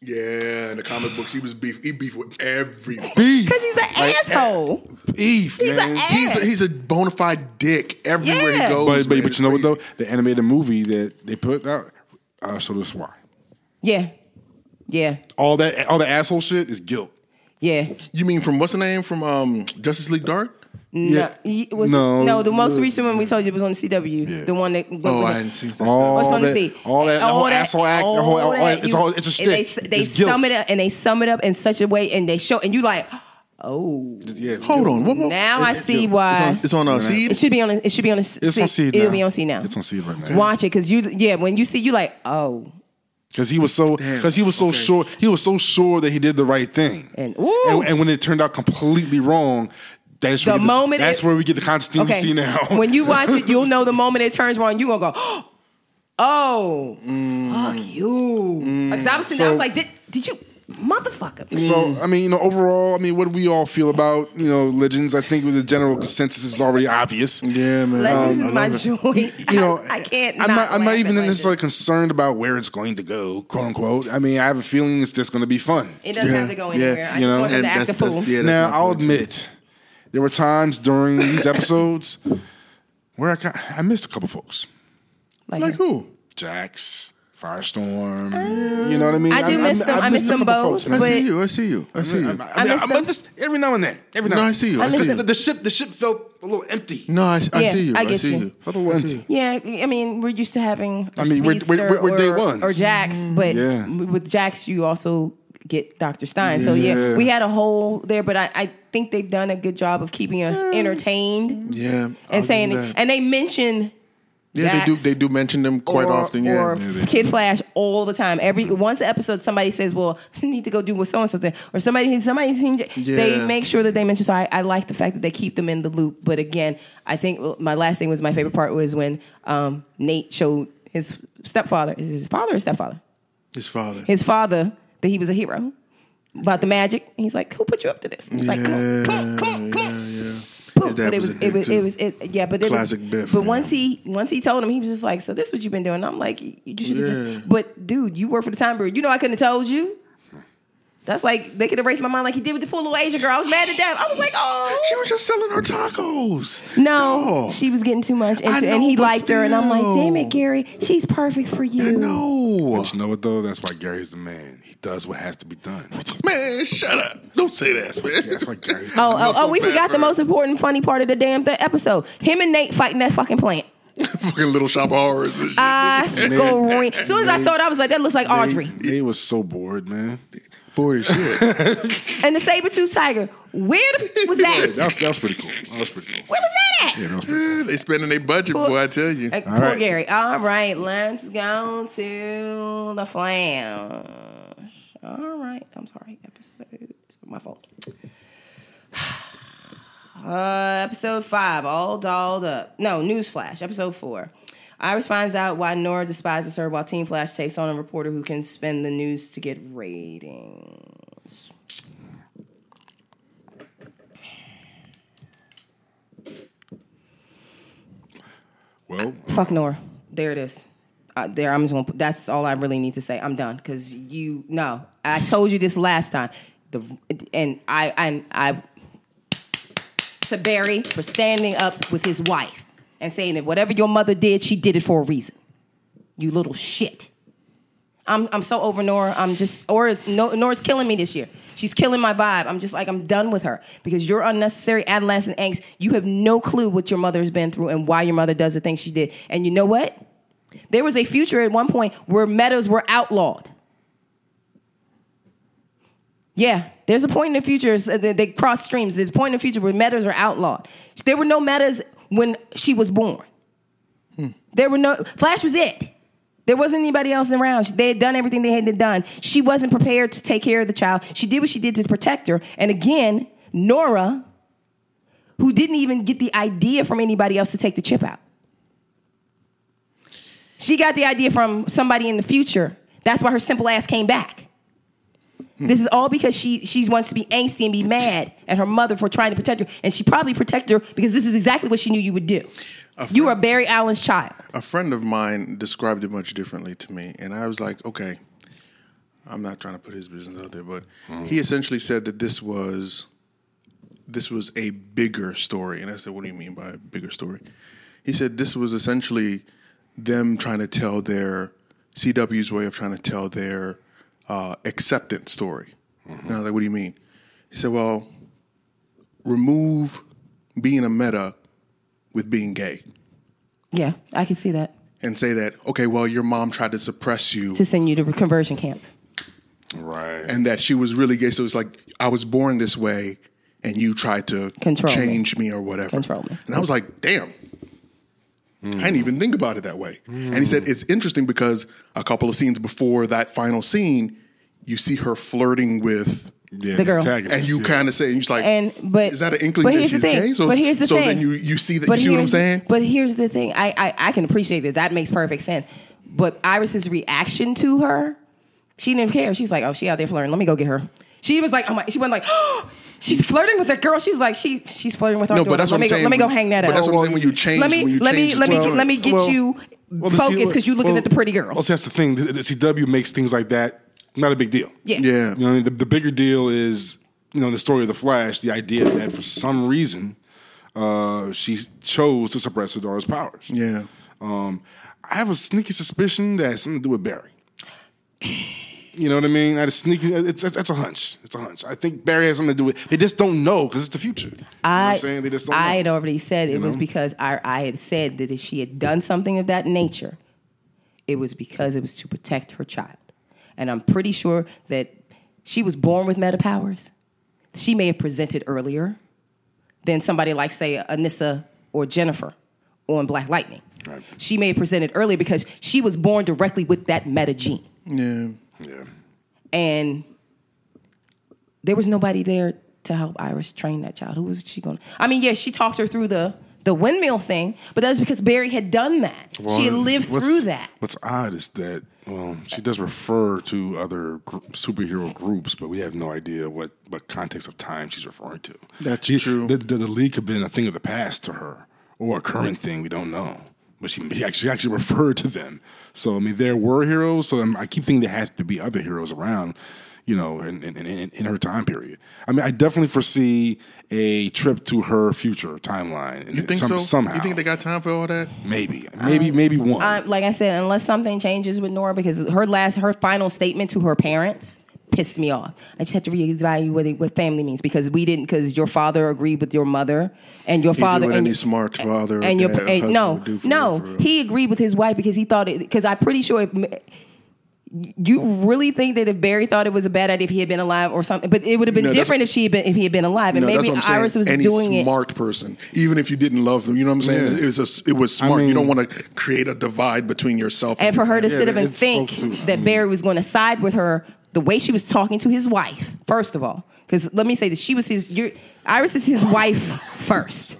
Yeah, in the comic books, he was beef. He beef with everyone. beef, Because he's an asshole. eh. beef. He's man. an He's a, ass. he's a bona fide dick everywhere Yeah. he goes. But, but, man. but It's you know what though? crazy. The animated movie that they put out, uh, so that's why Yeah, yeah, all that all the asshole shit is guilt. yeah. You mean from what's the name from um, Justice League Dark? No, Yeah. y- was No. no, no. The most recent one we told you was on the CW. The one that. Oh, I hadn't seen that. All What's on the that, sea? all that, the whole asshole act, the whole, all that, it's you- all, it's a and shtick. They, they it's guilt. sum it up and they sum it up in such a way, and they show, and you like, oh, Yeah, it's Hold guilt. on. What, what- now I it's- see It's why. on, it's on uh, It Seed. should be on. It should be on. A, it's It's on seed It'll now. be on seed now. It's on seed right now. Watch it, cause you, yeah. When you see, you like, oh, Because he was so, Damn, because he was so okay. sure, he was so sure that he did the right thing, And- ooh. and, and when it turned out completely wrong, that's The where we get moment that's it- where we get the Constantine okay. we see now. when you watch it, you'll know the moment it turns wrong. You gonna go, oh, fuck you. 'Cause I was sitting there, I was Mm. So- like, did, did you, motherfucker? so I mean, you know, overall, I mean, what do we all feel about you know legends? I think with the general consensus is already obvious. Yeah, man. Legends Um, I is my love it. joint. You know, I, I can't. I'm not. I'm laugh not at even Legends. necessarily concerned about where it's going to go, quote unquote. I mean, I have a feeling it's just going to be fun. It doesn't Yeah, have to go yeah, anywhere. I just you know, want them and to act a that's- that's- fool. yeah. now, that's my I'll point. admit, there were times during these episodes where I, ki- I missed a couple folks. Like, Um, Like who? Jax, Firestorm. you know what I mean? I do miss them. I miss a them couple both, folks, man. I But- see you. I see you. I see I, you. mean, miss I'm them. just every now and then. Every now. No, and I then. see you. I I miss see them. The, you. the ship, the ship felt a little empty. No, I, I Yeah, see you. I I, get see you. you. A little I see empty. you. yeah, I mean, we're used to having. I I mean, we're- we're- we're day ones. or Jax, but yeah. with Jax, you also get Dr. Stein. So yeah, Yeah. we had a hole there, but I, I think they've done a good job of keeping us entertained Yeah. I'll and give saying, you that. and they mention yeah, they do. Jax. They do mention them quite or, often. Yeah. or Yeah, they- Kid Flash all the time. Every once an episode, somebody says, "Well, you need to go do what so and so said," or somebody somebody seen. They Yeah. make sure that they mention. So I, I like the fact that they keep them in the loop. But again, I think my last thing was my favorite part was when um, Nate showed his stepfather. Is it his father or stepfather? his father. His father that he was a hero about the magic. And he's like, "Who put you up to this?" He's like, "Come on, come on, come on, come on." Yeah, yeah. Poof. His dad but it was was, a it dick, was too. it was it yeah, but it Classic was, Biff, But man. once he once he told him, he was just like, "So this is what you've been doing." I'm like, "You should have Yeah. just." But dude, you work for the Time Bureau. You know, I couldn't have told you. That's like they could erase my mind like he did with the poor little Asian girl. I was mad at death. I was like, "Oh She was just selling her tacos. no, Dog. she was getting too much," and, I and know, he but liked her, and I'm like, still. "Damn it, Gary, she's perfect for you." No. But you know what though? That's why Gary's the man. He does what has to be done. Man, shut up. Don't say that, man. That's why Gary's. Oh, oh, so oh, we bad forgot the for her. most important funny part of the damn thing episode. Him and Nate fighting that fucking plant. Fucking Little Shop of Horrors. And shit. I screamed. As soon as I saw it, I was like, that looks like Audrey. They was so bored, man. Boy, shit. And the saber tooth tiger. Where the f- was Yeah, that? that was, that was pretty cool. That was pretty cool. Where was that at? Yeah, that was pretty they spending their budget, boy. I tell you. Uh, All poor right. Gary. All right, let's go to the flange. All right, I'm sorry. Episode, it's my fault. Uh, episode five, all dolled up. No, newsflash. Episode four. Iris finds out why Nora despises her while Teen Flash takes on a reporter who can spin the news to get ratings. Well, Fuck Nora. There it is. Uh, there, I'm just gonna. Put, that's all I really need to say. I'm done because you. No, I told you this last time. The and I and I to Barry for standing up with his wife and saying that whatever your mother did, she did it for a reason. You little shit. I'm I'm so over Nora. I'm just or is no, Nora's killing me this year. She's killing my vibe. I'm just like I'm done with her because your unnecessary adolescent angst. You have no clue what your mother has been through and why your mother does the things she did. And you know what? There was a future at one point where meadows were outlawed. Yeah, there's a point in the future so they, they cross streams. There's a point in the future where meadows are outlawed. There were no meadows when she was born. There were no Flash was it. There wasn't anybody else around. They had done everything they had done. She wasn't prepared to take care of the child. She did what she did to protect her. And again, Nora, who didn't even get the idea from anybody else to take the chip out. She got the idea from somebody in the future. That's why her simple ass came back. This is all because she she wants to be angsty and be mad at her mother for trying to protect her, and she probably protected her because this is exactly what she knew you would do. You are Barry Allen's child. a friend of mine described it much differently to me, and I was like, okay, I'm not trying to put his business out there, but he essentially said that this was this was a bigger story, and I said, what do you mean by a bigger story? He said this was essentially them trying to tell their CW's way of trying to tell their uh, acceptance story. And I was like, what do you mean? He said, well, remove being a meta with being gay Yeah, I can see that. and say that, okay, well, your mom tried to suppress you to send you to conversion camp. right. and that she was really gay. So it's like, I was born this way and you tried to Control me. change me. or whatever. Control me. And I was like, damn. I didn't even think about it that way. And he said, it's interesting because a couple of scenes before that final scene, you see her flirting with, yeah, The girl. antagonist, and you yeah. kind of say, and you're just like, And but is that an inkling But that here's she's the thing. gay? So, but here's the so thing. then you, you see that, But you see what I'm here's- saying? But here's the thing. I, I I can appreciate that. That makes perfect sense. But Iris's reaction to her, she didn't care. She was like, "Oh, she out there flirting. Let me go get her." She was like, "Oh my!" She wasn't like, "Oh, she's flirting with that girl." She was like, "She she's flirting with our No, but daughter. that's let what me I'm go, saying. Let me go hang that But up." that's what I'm saying when you change- Let me when you let me change let me the tone. let me get Well, you well, the focused C- because you're looking well, at the pretty girl. Well, see, that's the thing. The, the CW makes things like that not a big deal. yeah. yeah. You know, what I mean? the, the bigger deal is, you know, the story of the Flash, the idea that for some reason, uh, she chose to suppress Fedora's powers. Yeah. Um, I have a sneaky suspicion that has something to do with Barry. You know what I mean? I had a sneaky. It's, it's that's a hunch. It's a hunch. I think Barry has something to do with. They just don't know because it's the future. You know what I, I'm saying they just don't. I know. had already said it was know? because I, I had said that if she had done something of that nature, it was because it was to protect her child. And I'm pretty sure that she was born with meta powers. She may have presented earlier than somebody like, say, Anissa or Jennifer on Black Lightning. Right. She may have presented earlier because she was born directly with that meta gene Yeah. Yeah. and there was nobody there to help Iris train that child. Who was she going? to I mean, yeah, she talked her through the the windmill thing, but that was because Barry had done that. she had Well, lived what's- through that. What's odd is that well, she does refer to other gr- superhero groups, but we have no idea what what context of time she's referring to. That's She- true. The, the, the league could have been a thing of the past to her or a current thing. We don't know. But she, she actually actually referred to them. So I mean, there were heroes. So I'm, I keep thinking there has to be other heroes around. You know, in, in, in, in her time period. I mean, I definitely foresee a trip to her future timeline. You think so? Somehow, You think they got time for all that? maybe, maybe, maybe Um, one. I, like I said, unless something changes with Nora, because her last, her final statement to her parents pissed me off. I just had to reevaluate what, it- what family means because we didn't because your father agreed with your mother and your He did father what and any smart father or and your dad or and husband no would do for no real, for real. he agreed with his wife because he thought it because I'm pretty sure if, you really think that if Barry thought it was a bad idea if he had been alive or something, but it would have been No, that's- different if she had been if he had been alive and No, maybe that's what I'm Iris saying. was Any doing it. smart person, even if you didn't love them, you know what I'm saying? Yeah. It was a s it was I smart. you mean- don't want to create a divide between yourself and for her to Yeah, sit up and it's supposed think to- that Barry was going to side with her the way she was talking to his wife, first of all, because let me say this: she was his. Your, Iris is his wife first.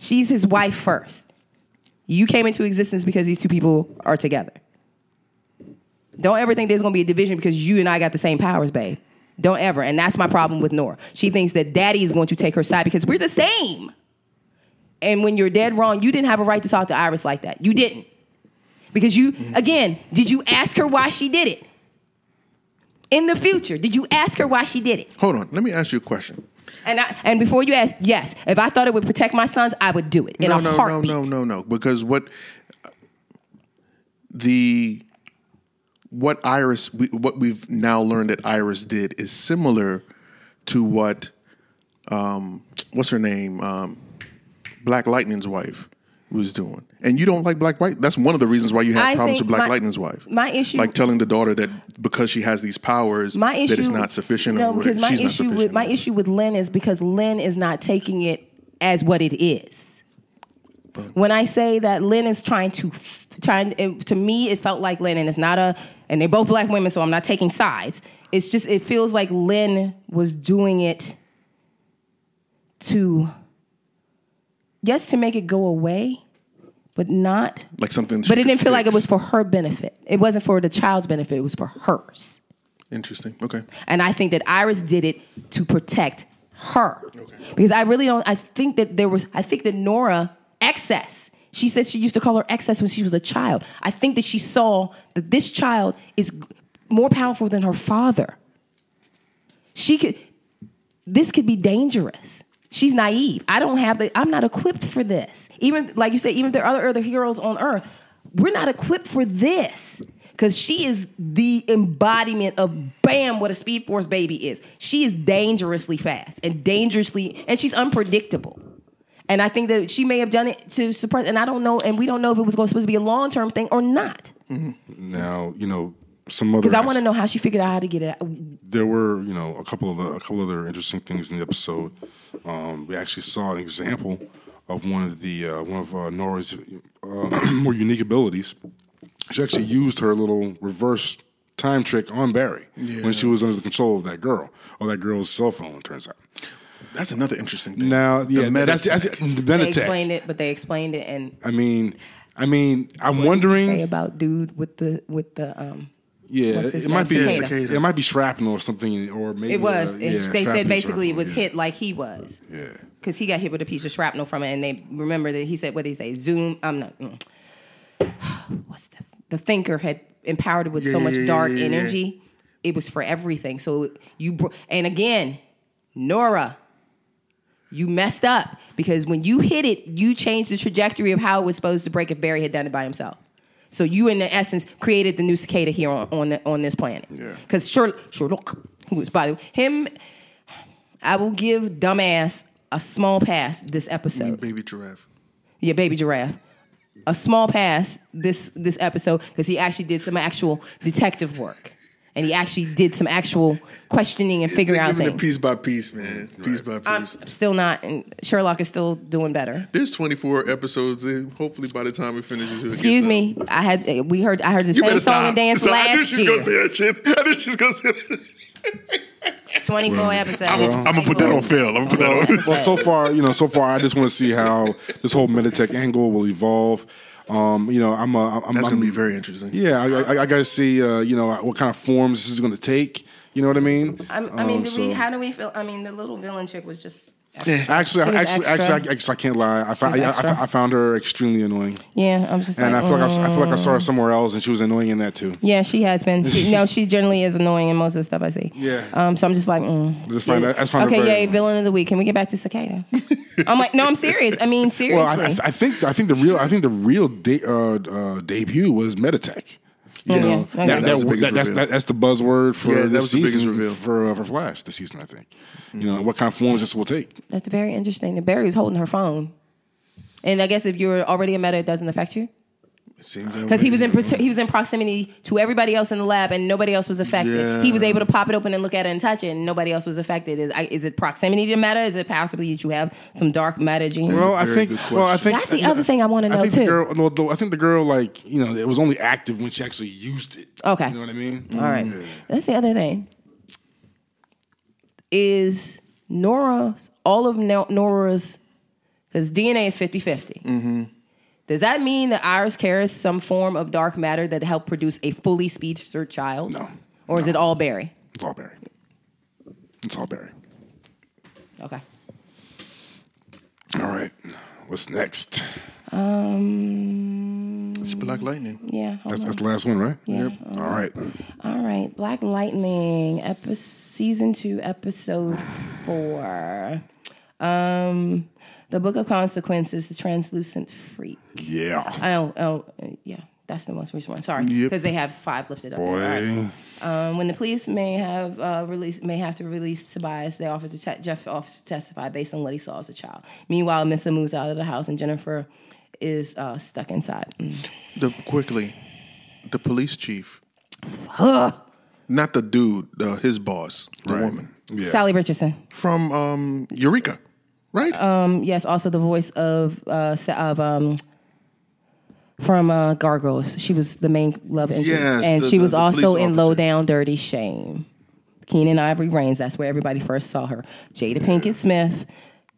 She's his wife first. You came into existence because these two people are together. Don't ever think there's going to be a division because you and I got the same powers, babe. Don't ever. And that's my problem with Nora. She thinks that daddy is going to take her side because we're the same. And when you're dead wrong, you didn't have a right to talk to Iris like that. You didn't. Because you, Mm-hmm. again, did you ask her why she did it? In the future, did you ask her why she did it? Hold on, let me ask you a question. And I, and before you ask, yes, if I thought it would protect my sons, I would do it in no, a no, heartbeat. no, no, no, no. Because what the what Iris we, what we've now learned that Iris did is similar to what um what's her name um Black Lightning's wife was doing. And you don't like Black White. That's one of the reasons why you have I problems think with my- Black Lightning's wife. my issue- like telling the daughter that because she has these powers, My issue that it's not sufficient. No, or because my she's not issue with sufficient. my issue with Lynn is because Lynn is not taking it as what it is. When I say that Lynn is trying to f- trying it, to me, it felt like Lynn, and it's not a and they're both black women, so I'm not taking sides. It's just it feels like Lynn was doing it to yes to make it go away, but not like something. she but it could didn't feel like it fix. was for her benefit. It wasn't for the child's benefit. It was for hers. interesting. Okay, And I think that Iris did it to protect her. Because I really don't, I think that there was, I think that Nora, excess. She said she used to call her excess when she was a child. I think that she saw that this child is g- more powerful than her father. She could, this could be dangerous. She's naive. I don't have the, I'm not equipped for this. Even, like you said, even if there are other, other heroes on earth, we're not equipped for this. Because she is the embodiment of bam, what a Speed Force baby is. She is dangerously fast and dangerously, and she's unpredictable. And I think that she may have done it to suppress, and I don't know, and we don't know if it was going supposed to be a long term thing or not. Now, you know, some other Because I want to know how she figured out how to get it out. there were you know a couple of the, a couple other interesting things in the episode. Um, we actually saw an example of one of the uh, one of uh, Nora's uh, more unique abilities. She actually used her little reverse time trick on Barry when she was under the control of that girl or that girl's cell phone. It turns out. that's another interesting thing. Now, The yeah, meta that's, that's tech. the They Benetech. explained it, but they explained it, and I mean, I mean, I'm say wondering. about dude with the with the um Yeah, what's his it might be name? Cicada. it might be shrapnel or something, or maybe it was uh, and yeah, they said shrapnel, basically it shrapnel, was yeah. hit like he was Yeah. because he got hit with a piece of shrapnel from it and they remember that he said what did he say zoom i'm not mm. what's the the thinker had empowered it with so yeah, much yeah, dark yeah, yeah, yeah. energy it was for everything so you br- and again nora you messed up because when you hit it, you changed the trajectory of how it was supposed to break if Barry had done it by himself. So you, in the essence, created the new cicada here on on, the, on this planet. Yeah. Because Sherlock, Sherlock, who was by the way, him, I will give dumbass a small pass this episode. baby giraffe. Yeah, baby giraffe. A small pass this this episode because he actually did some actual detective work and he actually did some actual questioning and figuring They're out giving things. it piece by piece, man. Piece by I'm piece. still not, and Sherlock is still doing better. There's 24 episodes in. Hopefully, by the time it finishes, it'll Excuse get done. me. I had uh, we heard I heard the You same better song stop. and dance Stop. I knew last she's gonna year. say that shit. I knew she's gonna say that. Twenty four episodes. I'm gonna I'm gonna put that on film. I'm gonna put that on. film. Well, so far, you know, so far, I just want to see how this whole Meditech angle will evolve. Um, you know, I'm a, I'm, That's I'm, gonna be very interesting. yeah, I, I, I got to see, uh, you know, what kind of forms this is going to take. You know what I mean? I'm, I mean, Um, do so- we, how do we feel? I mean, the little villain chick was just. actually, She was actually, extra. actually, I, actually, I can't lie. I, fi- was I, extra. I, I found her extremely annoying, Yeah, I'm just. and I like, feel like I, s- I feel like I mm. saw her somewhere else, and she was annoying in that too. Yeah, she has been. She, no, she generally is annoying in most of the stuff I see. Yeah. Um. So I'm just like, mm. Just find that- that's fine. okay, Very- yay, villain of the week. Can we get back to Cicada? I'm like, no, I'm serious. I mean, seriously. Well, I, I, I think I think the real I think the real de- uh, uh, debut was Meditech. You know, yeah. Okay. yeah, that, that was the that- biggest that's, reveal. that- that's the buzzword for Yeah, that this was the biggest season reveal. Mm-hmm. for uh, for Flash this season. I think you know what kind of forms this will take. That's very interesting. And Barry was holding her phone. And I guess if you're already a meta, it doesn't affect you It seems that because he way. was in pro- he was in proximity to everybody else in the lab, and nobody else was affected. He was Yeah. able to pop it open and look at it and touch it, and nobody else was affected. Is I- is it proximity to meta? Is it possibly that you have some dark meta gene? Well, a I very think. good Well, I question. think That's the other thing I want to I know think the too. girl. No, though, I think the girl, like you know, it was only active when she actually used it. Okay. you know what I mean. Mm. All right. That's the other thing. Is Nora's, all of No- Nora's, because DNA is 50 50. Mm-hmm. Does that mean that Iris carries some form of dark matter that helped produce a fully speedster child? No. Or is it all Barry? It's all Barry. It's all Barry. Okay. All right, what's next? It's Black Lightning. Yeah. hold Um, That's, on. that's the last one, right? Yep. All right. All right, Black Lightning, episode, season two, episode four. Um, the Book of Consequences, the Translucent Freak. Yeah. Oh, oh, uh, yeah, that's the most recent one. Sorry, because Yep. they have five lifted up. there. All right. Boy. Um, when the police may have uh, released, may have to release Tobias, they offered to te- Jeff offers to testify based on what he saw as a child. Meanwhile, Missa moves out of the house and Jennifer is uh, stuck inside. Mm. The quickly, the police chief. Not the dude, uh, his boss, the Right. woman Yeah. Sally Richardson. from um, Eureka, right? Uh, Yes, also the voice of uh, Sa- of um, from uh, Gargoyles. She was the main love interest, Yes, and the- she the- was the also police in Low officer. Down Dirty Shame. Keenan Ivory Reigns. That's where everybody first saw her. Jada Pinkett Smith,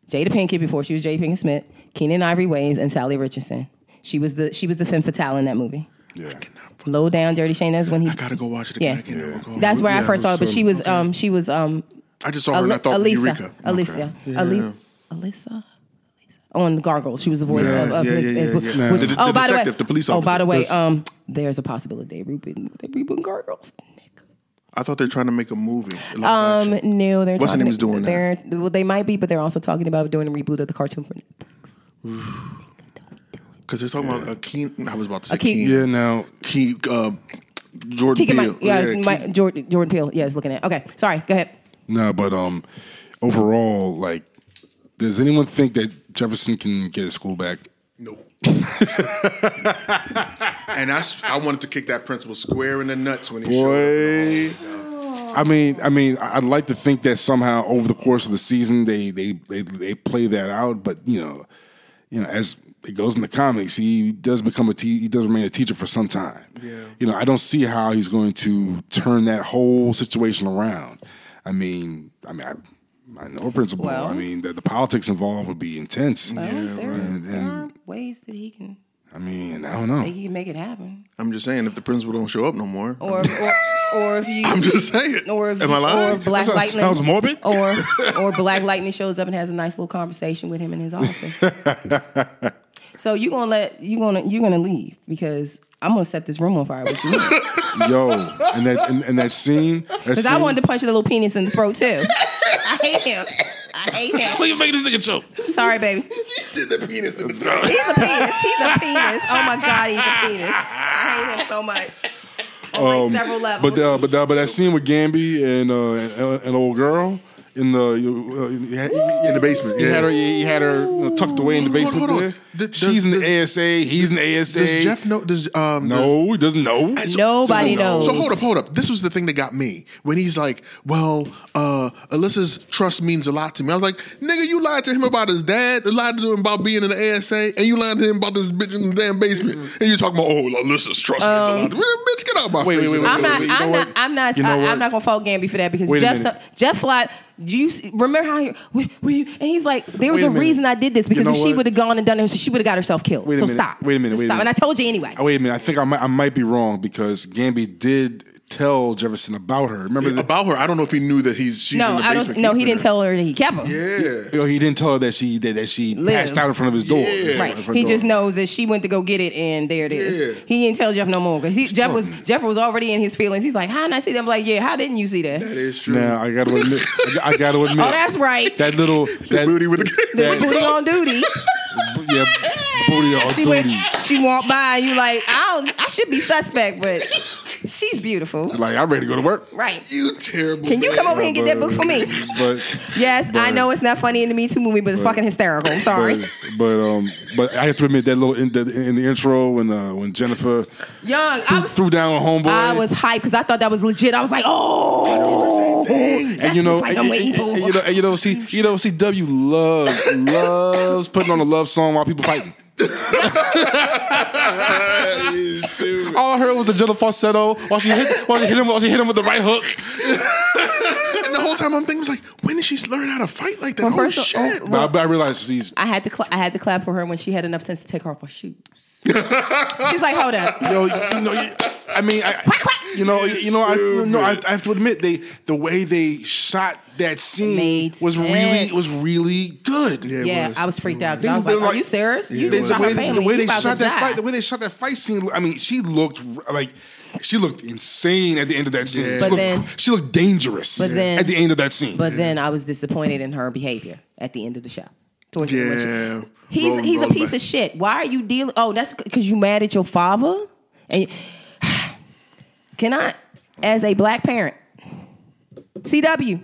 Jada Pinkett before she was Jada Pinkett Smith. Keenan Ivory Reigns and Sally Richardson. She was the she was the femme fatale in that movie. Yeah. Low Down Dirty Shame. That's when he. I gotta go watch it Yeah. again. I can't ever go. That's where I Yeah, first saw her, but so- she was um she was um I just saw her and I Ale- thought Alisa, Eureka. Alisa, Ali- Alisa, Alisa, on Gargoyles. She was the voice Yeah, of, of yeah, Miss. yeah, Miss Bo- yeah, yeah. which- The- the oh, by the way, detective, the police Oh, by the way, officer. um, there's a possibility they reboot they reboot Gargoyles. I thought they were trying to make a movie. a live Um, action. no, they're What's the talking- name is doing that? they're, Well, they might be, but they're also talking about doing a reboot of the cartoon for Because they're talking about a Keen. I was about to say A Keen- Keen. Yeah. Now, Keen uh, Jordan Keegan, Peele. Mike, yeah, Keen- Mike, Jordan, Jordan Peele, yeah, is looking at. Okay, sorry, go ahead. no, but um, overall, like, does anyone think that Jefferson can get his school back? Nope. and I, s- I wanted to kick that principal square in the nuts when he Boy. showed up. I mean, I mean, I- I'd like to think that somehow over the course of the season they they they, they play that out, but you know, you know, as it goes in the comics, he does become a te- he does remain a teacher for some time. Yeah. You know, I don't see how he's going to turn that whole situation around. I mean, I mean, I, I know a principal. Well- I mean, the, the politics involved would be intense. Well, there, and- there are and- ways that he can I mean, I don't know. he can make it happen, I'm just saying, if the principal don't show up no more, or or, or if you I'm just saying. or if Am I lying? or Black That sounds- Lightning sounds morbid. or or Black Lightning shows up and has a nice little conversation with him in his office. so you gonna let you gonna you gonna leave because I'm gonna set this room on fire with you because Yo, and that and, and that scene. Because I wanted to punch the little penis in the throat too. I hate him. I hate him. you making this nigga choke. I'm sorry, baby. the penis in the throat. He's a penis. He's a penis. Oh my god, he's a penis. I hate him so much. On Um, like several levels. But uh, but uh, but that scene with Gamby and uh, and, and old girl in the uh, he had- In the basement. he Yeah. had her he had her you know, tucked away in the Hold on, basement hold on. there. Th- does- She's in the ASA. He's in the ASA. does Jeff know? Does um? does- no, he doesn't know. Nobody knows. So hold up, hold up. This was the thing that got me when he's like, "Well, uh, Alyssa's trust means a lot to me." I was like, "Nigga, you lied to him about his dad, you lied to him about being in the ASA, and you lied to him about this bitch in the damn basement." Mm-hmm. And you talking about, "Oh, Alyssa's trust means a Um, lot." To me. Bitch, get out of my wait, face. wait, wait, I'm wait, not. wait, you know I'm what? not. I'm not. You know I, what? am not gonna fault Gamby for that because Wait a Jeff. minute. Jeff Fly. Do you see- remember how? He, we- we- and he's like, there was Wait a, a minute. reason I did this because You if know she what? would have gone and done it, she would have got herself killed. Wait a so minute. stop. Wait a minute. Just Wait a stop. And minute. I told you anyway. Oh, wait a minute. I think I might I might be wrong because Gamby did tell Jefferson about her. Remember that? about her. I don't know if he knew that he's she's in no, the I don't. basement. No, he didn't keeping tell her that he kept her. her. Yeah. You know, he didn't tell her that she that, that she Live. passed out in front of his door. Yeah. Right. In front of He the door. just knows that she went to go get it, and there it is. Yeah. He didn't tell Jeff no more because Jeff was Jeff was already in his feelings. He's like, "How didn't I see that?" I'm like, "Yeah, how didn't you see that?" That is true. Now I gotta admit, I, I gotta admit. oh, that's right. that little that oh, booty with the Booty on duty. yeah, booty all She went, duty. she walked by, and you like, I don't, I should be suspect, but she's beautiful, Like I'm ready to go to work. right? You terrible. Can you man. come over here and get that book for me? But Yes, I But- know it's not funny in the Me Too movie, but it's fucking hysterical. I'm sorry. but, but um but I have to admit that little in the, in the intro when uh, when Jennifer Young, I was, threw down a homeboy. I was hyped because I thought that was legit. I was like, oh, and you know, like and, I'm and- evil. and you know, and you know, see, you know, see, W loves loves putting on a love song while people fighting. All I heard was the gentle falsetto while she hit, while she hit him, while she hit him with the right hook. And the whole time I'm thinking, I was like, when did she learn how to fight like that? Well, oh first of- shit! oh, But I, but I realized she's I had to, cla I had to clap for her when she had enough sense to take her off her shoes. She's like, hold up. yo, you know, you, I mean, I, you know, you know, I, no, I, I have to admit they the way they shot that scene Made was really sense. was really good. it Yeah, was. I was freaked out. They- I was they're like, "Are like- you serious? You There's just shot the her way, the family. way You they about to shot that die. fight, the way they shot that fight scene. I mean, she looked r- like she looked insane at the end of that scene. Yeah. She, But looked, then- she looked dangerous But then- at the end of that scene. But then I was disappointed in her behavior at the end of the show. Towards the end of the show. Yeah, He's Roll- he's a roll piece back. of shit. Why are you dealing? Oh, that's because you mad at your father. And can I, as a black parent, CW,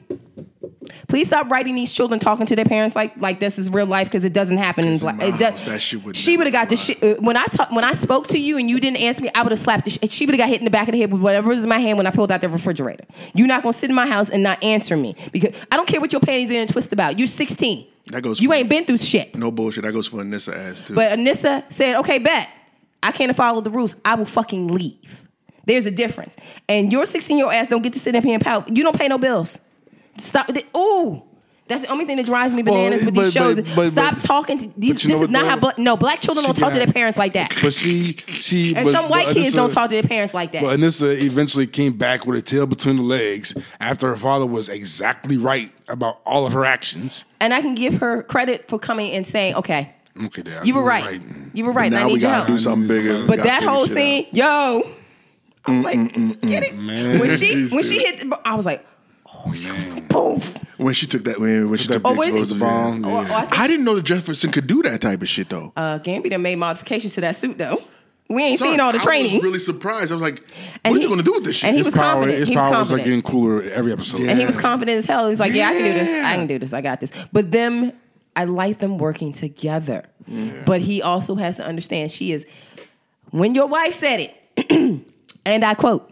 please stop writing these children talking to their parents like like this is real life because it doesn't happen in Because black. in my it does- house, that shit would she never would have got the fly. shit uh, when I talk, when I spoke to you and you didn't answer me. I would have slapped. The sh- she would have got hit in the back of the head with whatever was in my hand when I pulled out the refrigerator. You're not gonna sit in my house and not answer me because I don't care what your panties are in a twist about. You're 16. That goes You for- ain't been through shit. No bullshit. That goes for Anissa ass too. But Anissa said, okay, bet. I can't follow the rules. I will fucking leave. There's a difference. And your 16 year old ass don't get to sit up here and pout. You don't pay no bills. Stop. th- Ooh. That's the only thing that drives me bananas with Well, these but- shows. but- but- Stop but- talking to these. but you This know is what, not though? how black. No, black children don't She talk to got- their parents like that. But she she And but- some white but kids Anissa- don't talk to their parents like that. But Anissa eventually came back with her tail between the legs after her father was exactly right about all of her actions. and I can give her credit for coming and saying, okay, Okay, Dad, you were right. You were right. and I now need we your gotta help. do something bigger. We But gotta that figure whole shit Mm, scene, yo, I was like, get it. Man. When she when she Dude. hit, the, bo- I was like, oh, she was like, boom. out. when she took that when, when she took that- Oh, the what is it? explosive Bomb, yeah. yeah. Or, or I think I didn't know that Jefferson could do that type of shit though. uh, Gamby done made modifications to that suit though. We ain't Son, seen all the I training. was really surprised. I was like, "What And are he- you gonna do with this shit?" and he His was power, confident. his He was power was like confident. getting cooler every episode. and he was confident as hell. He was like, yeah, I can do this. I Yeah. can do this. I got this. But them, I like them working together. But he also has to understand she is, when your wife said it, and I quote,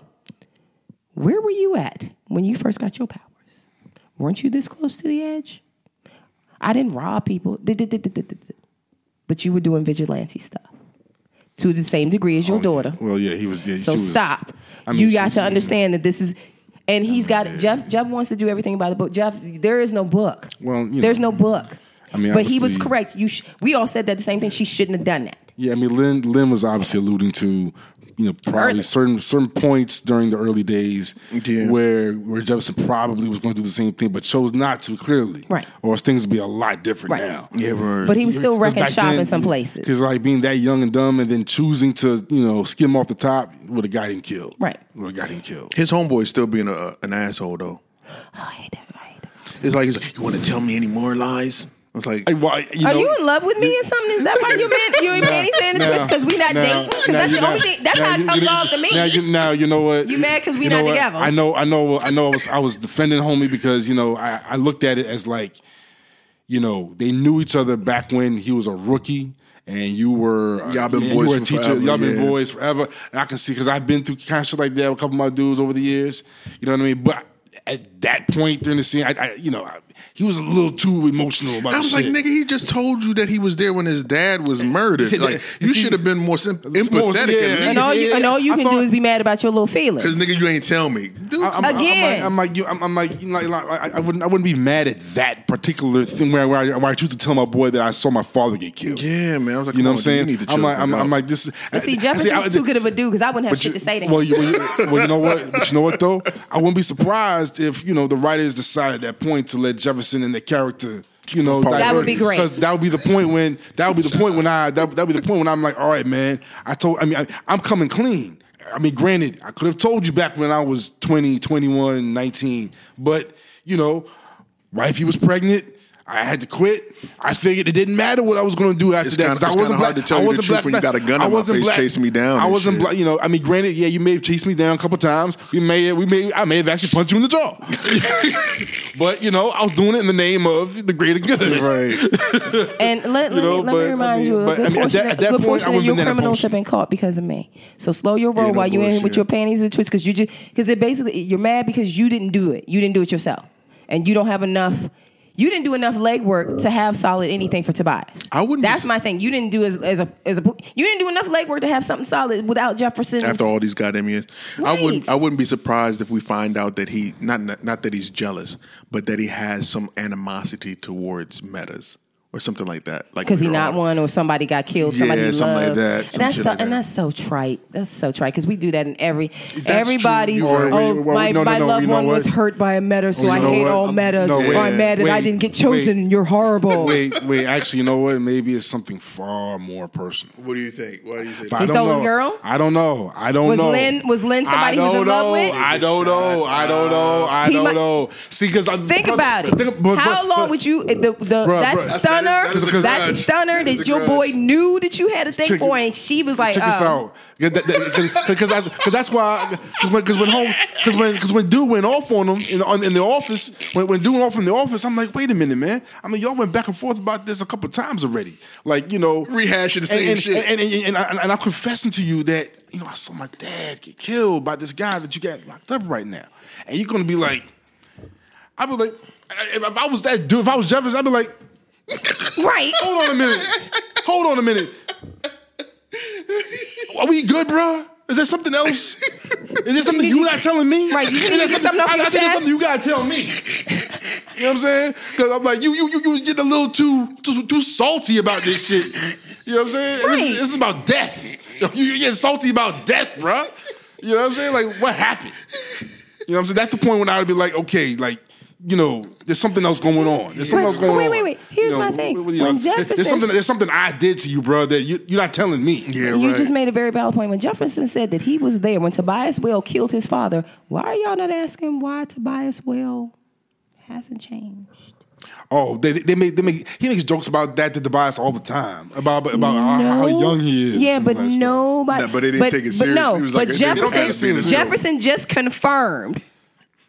Where were you at when you first got your powers? Weren't you this close to the edge? I didn't rob people. Did- did- did- did- did- did. But you were doing vigilante stuff to the same degree as your daughter. Well, yeah, he was. Yeah, So she was- stop. I mean, you got she's- to understand that this is, and he's got Jeff. Jeff wants to do everything by the book. Jeff, there is no book. Well, you there's know. no book. I mean, but he was obviously- correct. You, sh- we all said that the same thing. She shouldn't have done that. Yeah, I mean, Lynn Lynn was obviously alluding to you know probably Early. certain certain points during the early days Yeah. where where Jefferson probably was going to do the same thing, but chose not to clearly, Right. Or else things would be a lot different Right. now. yeah, word. But he was still wrecking shop in some places. because like being that young and dumb, and then choosing to you know skim off the top would have got him killed. Right. would have got him killed. his homeboy still being a, an asshole though. Oh, I hate that. I hate that. It's like, he's like, "You want to tell me any more lies?" I was like, Hey, why- Are know- Oh, you in love with me or something? Is that why you man, you and Manny saying the Now- twist? Because we not now- dating. Because now that's you the know- only thing. That's now how it you- comes you- off to me. Now you, now you know what? You mad 'cause we you not know what? together. I know, I know, I know. I was, I was defending homie because you know I, I looked at it as like, you know, they knew each other back when he was a rookie. And you were uh, Y'all been and you boys were a for teacher. forever, y'all been yeah. boys forever. And I can see because I've been through kind of shit like that with a couple of my dudes over the years. You know what I mean? But at that point during the scene, I, I you know, I, he was a little too emotional about. I the was like, shit. nigga, he just told you that he was there when his dad was murdered. said Like, that- you he- should have been more sim- It's more- empathetic. yeah. Because and all you and all you I can do thought- is be mad about your little feelings. nigga, you ain't tell me. Dude, I'm, I'm- Again. I'm, like, I'm like, you, I'm, I'm like, you know, like, like, I, I wouldn't, I wouldn't be mad at that particular thing where, where, I, where I choose to tell my boy that I saw my father get killed. Yeah, man. I was like, you know come what I'm on, dude, you saying? need to I'm chill like, the I'm, fuck I'm out. like this. But see, I- I- Jefferson's too good of a dude because I wouldn't have but shit you- to say to him. Well, you, well, you- well, you know what? But you know what though? I wouldn't be surprised if you know the writers decided at that point to let Jefferson and the character. You know That would be diverge. great. 'Cause that would be the point when that would be the point when I that that would be the point when I'm like, all right, man. I told. I mean, I, I'm coming clean. I mean, granted, I could have told you back when I was 20, 21, 19, but you know, wifey was pregnant. I had to quit. I figured it didn't matter what I was going to do after It's that. kinda- 'cause it's I wasn't kinda hard black. to tell I you the wasn't truth black- when you got a gun in I my wasn't face black- chasing me down I and wasn't shit. black. You know, I mean, granted, yeah, you may have chased me down a couple times. You may, we may, I may have actually punched you in the jaw. but you know, I was doing it in the name of the greater good. Right. And let, let, know, me, let but, I me remind mean, you, a but, good I mean, at portion, that- of- at that good point, portion I of wouldn't your been in that criminals bullshit. have been caught because of me. So slow your roll no while you're in with bullshit. your panties in a twist because you just because it basically you're mad because you didn't do it. You didn't do it yourself, and you don't have enough. You didn't do enough legwork to have solid anything for Tobias. I wouldn't That's dis- my thing. You didn't do as, as a as a you didn't do enough legwork to have something solid without Jefferson. After all these goddamn years, I wouldn't. Right. I wouldn't be surprised if we find out that he not not not that he's jealous, but that he has some animosity towards metas or something like that. Like because he later not on. one or somebody got killed, Yeah, somebody something like loved. that, And some that's shit so, like and that. that's so trite. That's so trite because we do that in every true. everybody. You're Oh, right. Wait, wait, my no, no, my no, loved you know one what? was hurt by a meta, so You I know hate what? all Um, metas. no, or wait, I'm mad that I wait, didn't get chosen. wait. You're horrible. Wait, wait. Actually, you know what? Maybe it's something far more personal. What do you think? Why do you think? I He don't stole his know. girl? I don't know. I don't Was know. Lynn- was Lynn somebody he I was don't in love know. with? I don't know. I don't know. I He don't might- know. See, because Think about it. How long would you the, the Bruh, that bruh. That's- stunner that is- that is a that grudge. stunner That is that a your boy grudge. knew that you had a thing Check- for and she was like Check this oh. out, because because that's why because when because when home because when because when dude went off on him in, on, in the office when when dude went off in the office I'm like wait a minute man I mean y'all went back and forth about this a couple times already like you know Rehashing the same and, and, shit. and, and, and, and, I, and I'm confessing to you that you know I saw my dad get killed by this guy that you got locked up right now and you're gonna be like I'd be like if if I was that dude if I was Jefferson I'd be like right hold on a minute. Hold on a minute. Are we good, bro? Is there something else? Is there something you not telling me? Right, you Is need there to get something off I, your I think there's chest. something you gotta tell me. You know what I'm saying? Because I'm like, you you you you getting a little too too, too salty about this shit. You know what I'm saying? And This, is, Right. this is about death. You you getting salty about death, bro? You know what I'm saying? Like, what happened? You know what I'm saying? That's the point when I would be like, okay, like. You know, there's something else going on. There's something But- else going wait, on. wait, wait. Here's You know, my thing. w- w- you When know, Jefferson- there's something. There's something I did to you, bro. That you, you're not telling me. yeah, you right. just made a very valid point. When Jefferson said that he was there when Tobias Well killed his father, why are y'all not asking why Tobias Well hasn't changed? Oh, they, they make they make he makes jokes about that to Tobias all the time about about how, how No. young he is. Yeah, and but all that stuff. nobody. Nah, but they didn't take it but serious. No, It was like but they didn't take it Jefferson, serious. Jefferson just confirmed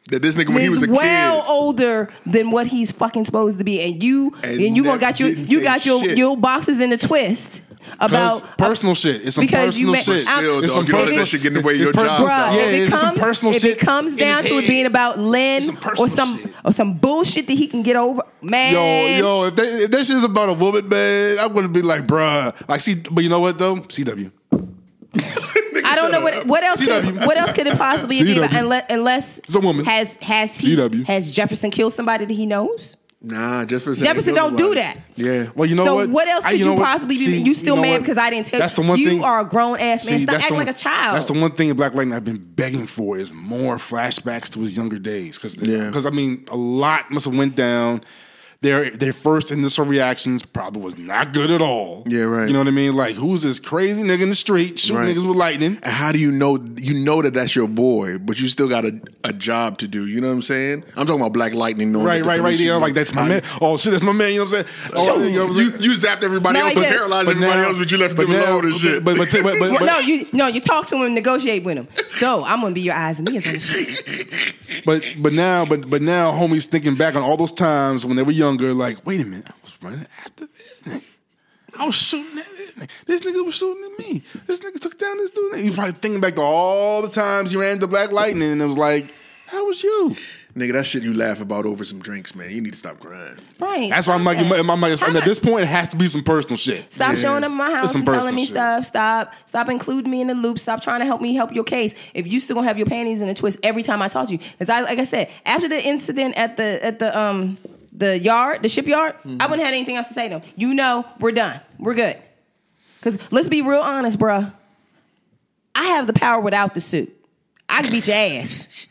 that this nigga when is he was a well oh, kid. older than what he's fucking supposed to be, and you And and, you gonna never got your didn't you say got your shit. your boxes in a twist about uh, 'Cause personal shit. It's some because you personal may- shit. I'm- Still, it's dog, some you don't let personal that shit get in the way of it's your personal- job, Bruh, dog. Yeah, if it it's comes, some personal if shit. it comes in down his to it head. being about Lynn It's some or personal some shit. or some bullshit that he can get over, man. Yo, yo, if, they, if that shit is about a woman, man, I'm gonna be like, bruh. Like, see, but you know what though? CW. I don't know what what else could, CW. what else could it possibly be about CW. unless unless It's a woman. has has he CW. has Jefferson killed somebody that he knows? Nah, Jefferson. ain't Jefferson don't killed do nobody. that. Yeah. Well, you know so what? what, else I- could you, know what? possibly See, be? You still know mad what? because I didn't tell That's the one you. thing. You are a grown ass man. See, Stop that's acting the like a one- child. That's the one thing in Black Lightning I've been begging for is more flashbacks to his younger days. Because Yeah. I mean, a lot must have went down. Their their first initial reactions probably was not good at all. Yeah, right. You know what I mean? Like, who's this crazy nigga in the street shooting Right. niggas with lightning? And how do you know you know that that's your boy, but you still got a, a job to do? You know what I'm saying? I'm talking about Black Lightning. Knowing Right, that the right, right. police You know, was- like that's my I- man. Oh shit, that's my man. You know what I'm saying? Oh, You, you know what I'm you, saying? zapped everybody Now else he and does. paralyzed But everybody now- else, but you left but them now- alone and shit. But but but, but, Well, but, no, you no, you talk to him and negotiate with him. So I'm gonna be your eyes and ears on the street. But but now but but now homies thinking back on all those times when they were younger, like, wait a minute, I was running after this nigga. I was shooting at this nigga. This nigga was shooting at me. This nigga took down this dude. You probably thinking back to all the times you ran into Black Lightning and it was like, that was you. Nigga, that shit you laugh about over some drinks, man. You need to stop crying. Right. That's why I'm like, Okay. my, my, at this point, it has to be some personal shit. Stop showing up at my house some and telling personal me shit. stuff. Stop. Stop including me in the loop. Stop trying to help me help your case. If you still gonna have your panties in a twist every time I talk to you, because I like I said after the incident at the at the um the yard the shipyard, Mm-hmm. I wouldn't have anything else to say to him. You know, we're done. We're good. Because let's be real honest, bruh. I have the power without the suit. I can beat your ass.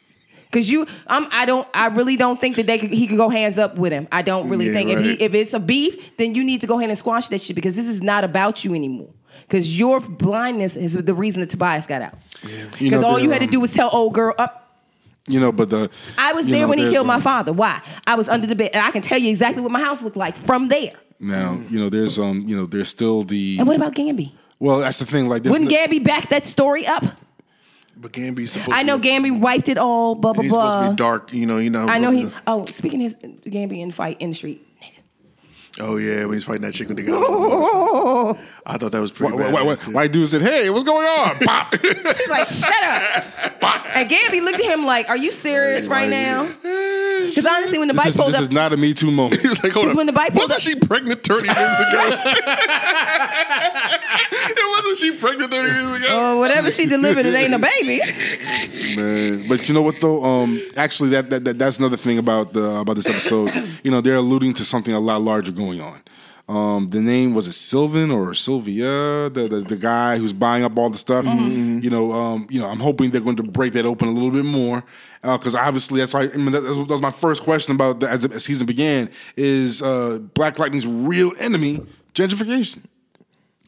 Cause you, I'm, I don't, I really don't think that they could, he could go hands up with him. I don't really Yeah, think if right. he, if it's a beef, then you need to go ahead and squash that shit because this is not about you anymore. Cause your blindness is the reason that Tobias got out. Because You know, all the, you had to um, do was tell old girl up. you know, but the I was you there know, when he there's um, killed a- my father. Why? I was under the bed, and I can tell you exactly what my house looked like from there. Now you know there's um you know there's still the And what about Gamby? well that's the thing like there's Wouldn't no- Gamby back that story up? But Gamby's supposed. I know to be, Gamby wiped it all. Blah blah He's supposed to blah. be dark. You know. You know. I know he. Oh, speaking of his Gamby and fight in the street. Oh yeah, when he's fighting that chick with the guy. Oh, I thought that was why, pretty. why, why, why, badass, too. why dude said hey what's going on pop she's like, shut up. And Gamby looked at him like, are you serious right now? Because honestly, when the this, bike is, pulled this up, is not a me too moment He's like, hold 'Cause on. when the bike pulled wasn't up- she pregnant 30 years ago? it wasn't she pregnant 30 years ago? uh, whatever she delivered, it ain't a baby. Man, but you know what though? Um, actually, that, that, that that's another thing about the about this episode. you know, they're alluding to something a lot larger going on. Um, the name was it Sylvan or Sylvia, the the, the guy who's buying up all the stuff. You know, um, you know, I'm hoping they're going to break that open a little bit more because obviously that's why. I mean, that, that was my first question about the, as the season began is uh, Black Lightning's real enemy gentrification.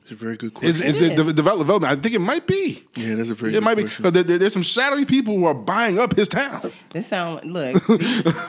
It's a very good question. It's, it's It the, is. the development. I think it might be. Yeah, that's a pretty It good might be. question. But there- there- there's some shadowy people who are buying up his town, This sound look.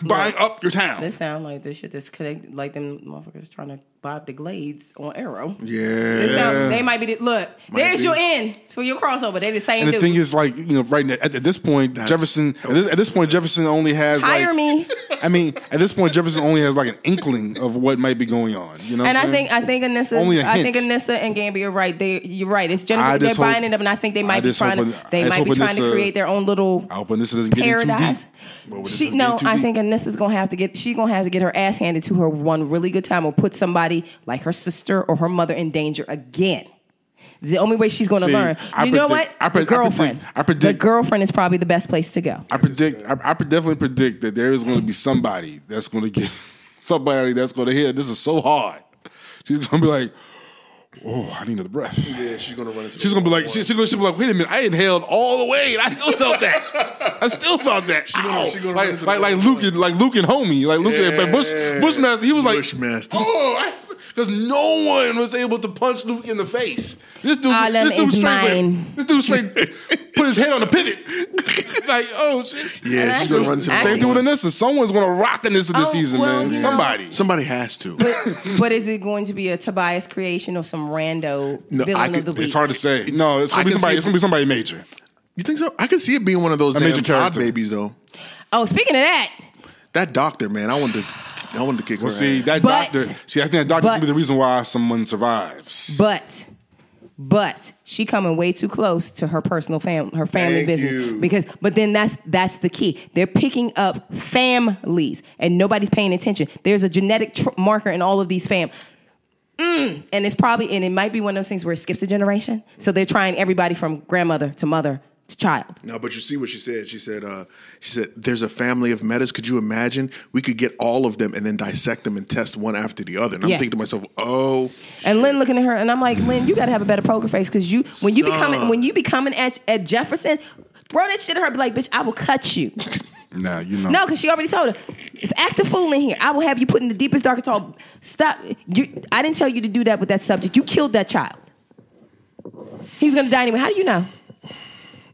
buying Look. up your town. This sound like this shit that's connected, like them motherfuckers trying to bob the glades on Arrow. yeah. This sound, they might be. The, look, there's be. your end for your crossover. They the same and the dude. thing is, like you know, right now, at, at this point, That's- Jefferson. At this, at this point, Jefferson only has Hire like, me. I mean, at this point, Jefferson only has like an inkling of what might be going on. You know, what and I'm I saying? think I think Only a Anissa, I think hint. Anissa and Gambi are right. They, you're right. It's I Jennifer. They're just hope- buying it up, and I think they I might be just hope trying. To, An- I they just might be hope trying to Anissa- create their own little I hope Anissa doesn't get in too deep. paradise. Well, this She doesn't no, get too I deep. think Anissa's gonna have to get. She's gonna have to get her ass handed to her one really good time, or put somebody like her sister or her mother in danger again. The only way she's gonna See, learn. I you know what? predict- I pre- the girlfriend. I predict- I predict- the girlfriend is probably the best place to go. I predict. I, I pre- definitely predict that there is going to be somebody that's going to get somebody that's going to hear this is so hard. She's going to be like, "Oh, I need another breath." Yeah, she's gonna run into. She's gonna be like, she, she's, gonna, she's gonna be like, wait a minute, I inhaled all the way and I still felt that. I still felt that. gonna- Ow. she gonna run like, into like, the like wall. Luke and like Luke and homie, like Luke and but Bush, Yeah. Bushmaster. He was like, Bushmaster. oh, because no one was able to punch Luke in the face. This dude, Harlem this dude is straight, mine. this dude straight put his head on the pivot, like oh shit. yeah, she's gonna run into. the Actually- Same thing with Anissa. Someone's gonna rock Anissa this Oh, season, well, man. you know- Somebody. Somebody has to. but is it going to be a Tobias creation or some rando No, I villain could- of the week? It's hard to say. No, it's I gonna be can somebody. see- It's gonna be somebody major. you think so? I can see it being one of those A major damn pod character. babies though. oh, speaking of that, That doctor, man, I wanted to, I wanted to kick her. Well, see ass. that But- doctor. See, I think that doctor's but- gonna be the reason why someone survives. But but she coming way too close to her personal fam her family Thank business you. because but then that's that's the key they're picking up families and nobody's paying attention there's a genetic tr- marker in all of these fam Mm, and it's probably and it might be one of those things where it skips a generation so they're trying everybody from grandmother to mother to child No, but you see what she said. She said, uh, she said, there's a family of metas. Could you imagine? We could get all of them and then dissect them and test one after the other. And I'm Yeah. thinking to myself, oh, And Lynn looking at her, and I'm like, Lynn, you gotta have a better poker face because you when you become Son. when you becoming at at Jefferson, throw that shit at her, be like, bitch, I will cut you. Nah, you know. No, because she already told her, if act a fool in here, I will have you put in the deepest, darkest hole. Stop. You, I didn't tell you to do that with that subject. You killed that child. He was gonna die anyway. How do you know?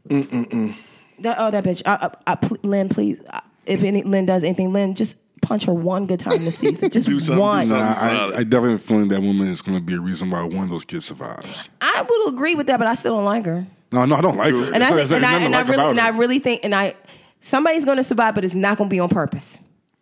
That, oh, that bitch. I, I, I, pl- Lynn, please. I, if any, Lynn does anything, Lynn, just punch her one good time this season. Just Do something, do one. Nah, something. I, I definitely have a feeling that woman is gonna be a reason why one of those kids survives. I would agree with that, but I still don't like her. No, no, I don't like her. And I, There's think, and, I, nothing and, I like really, about and I her. really think, and I, somebody's going to survive, but it's not going to be on purpose.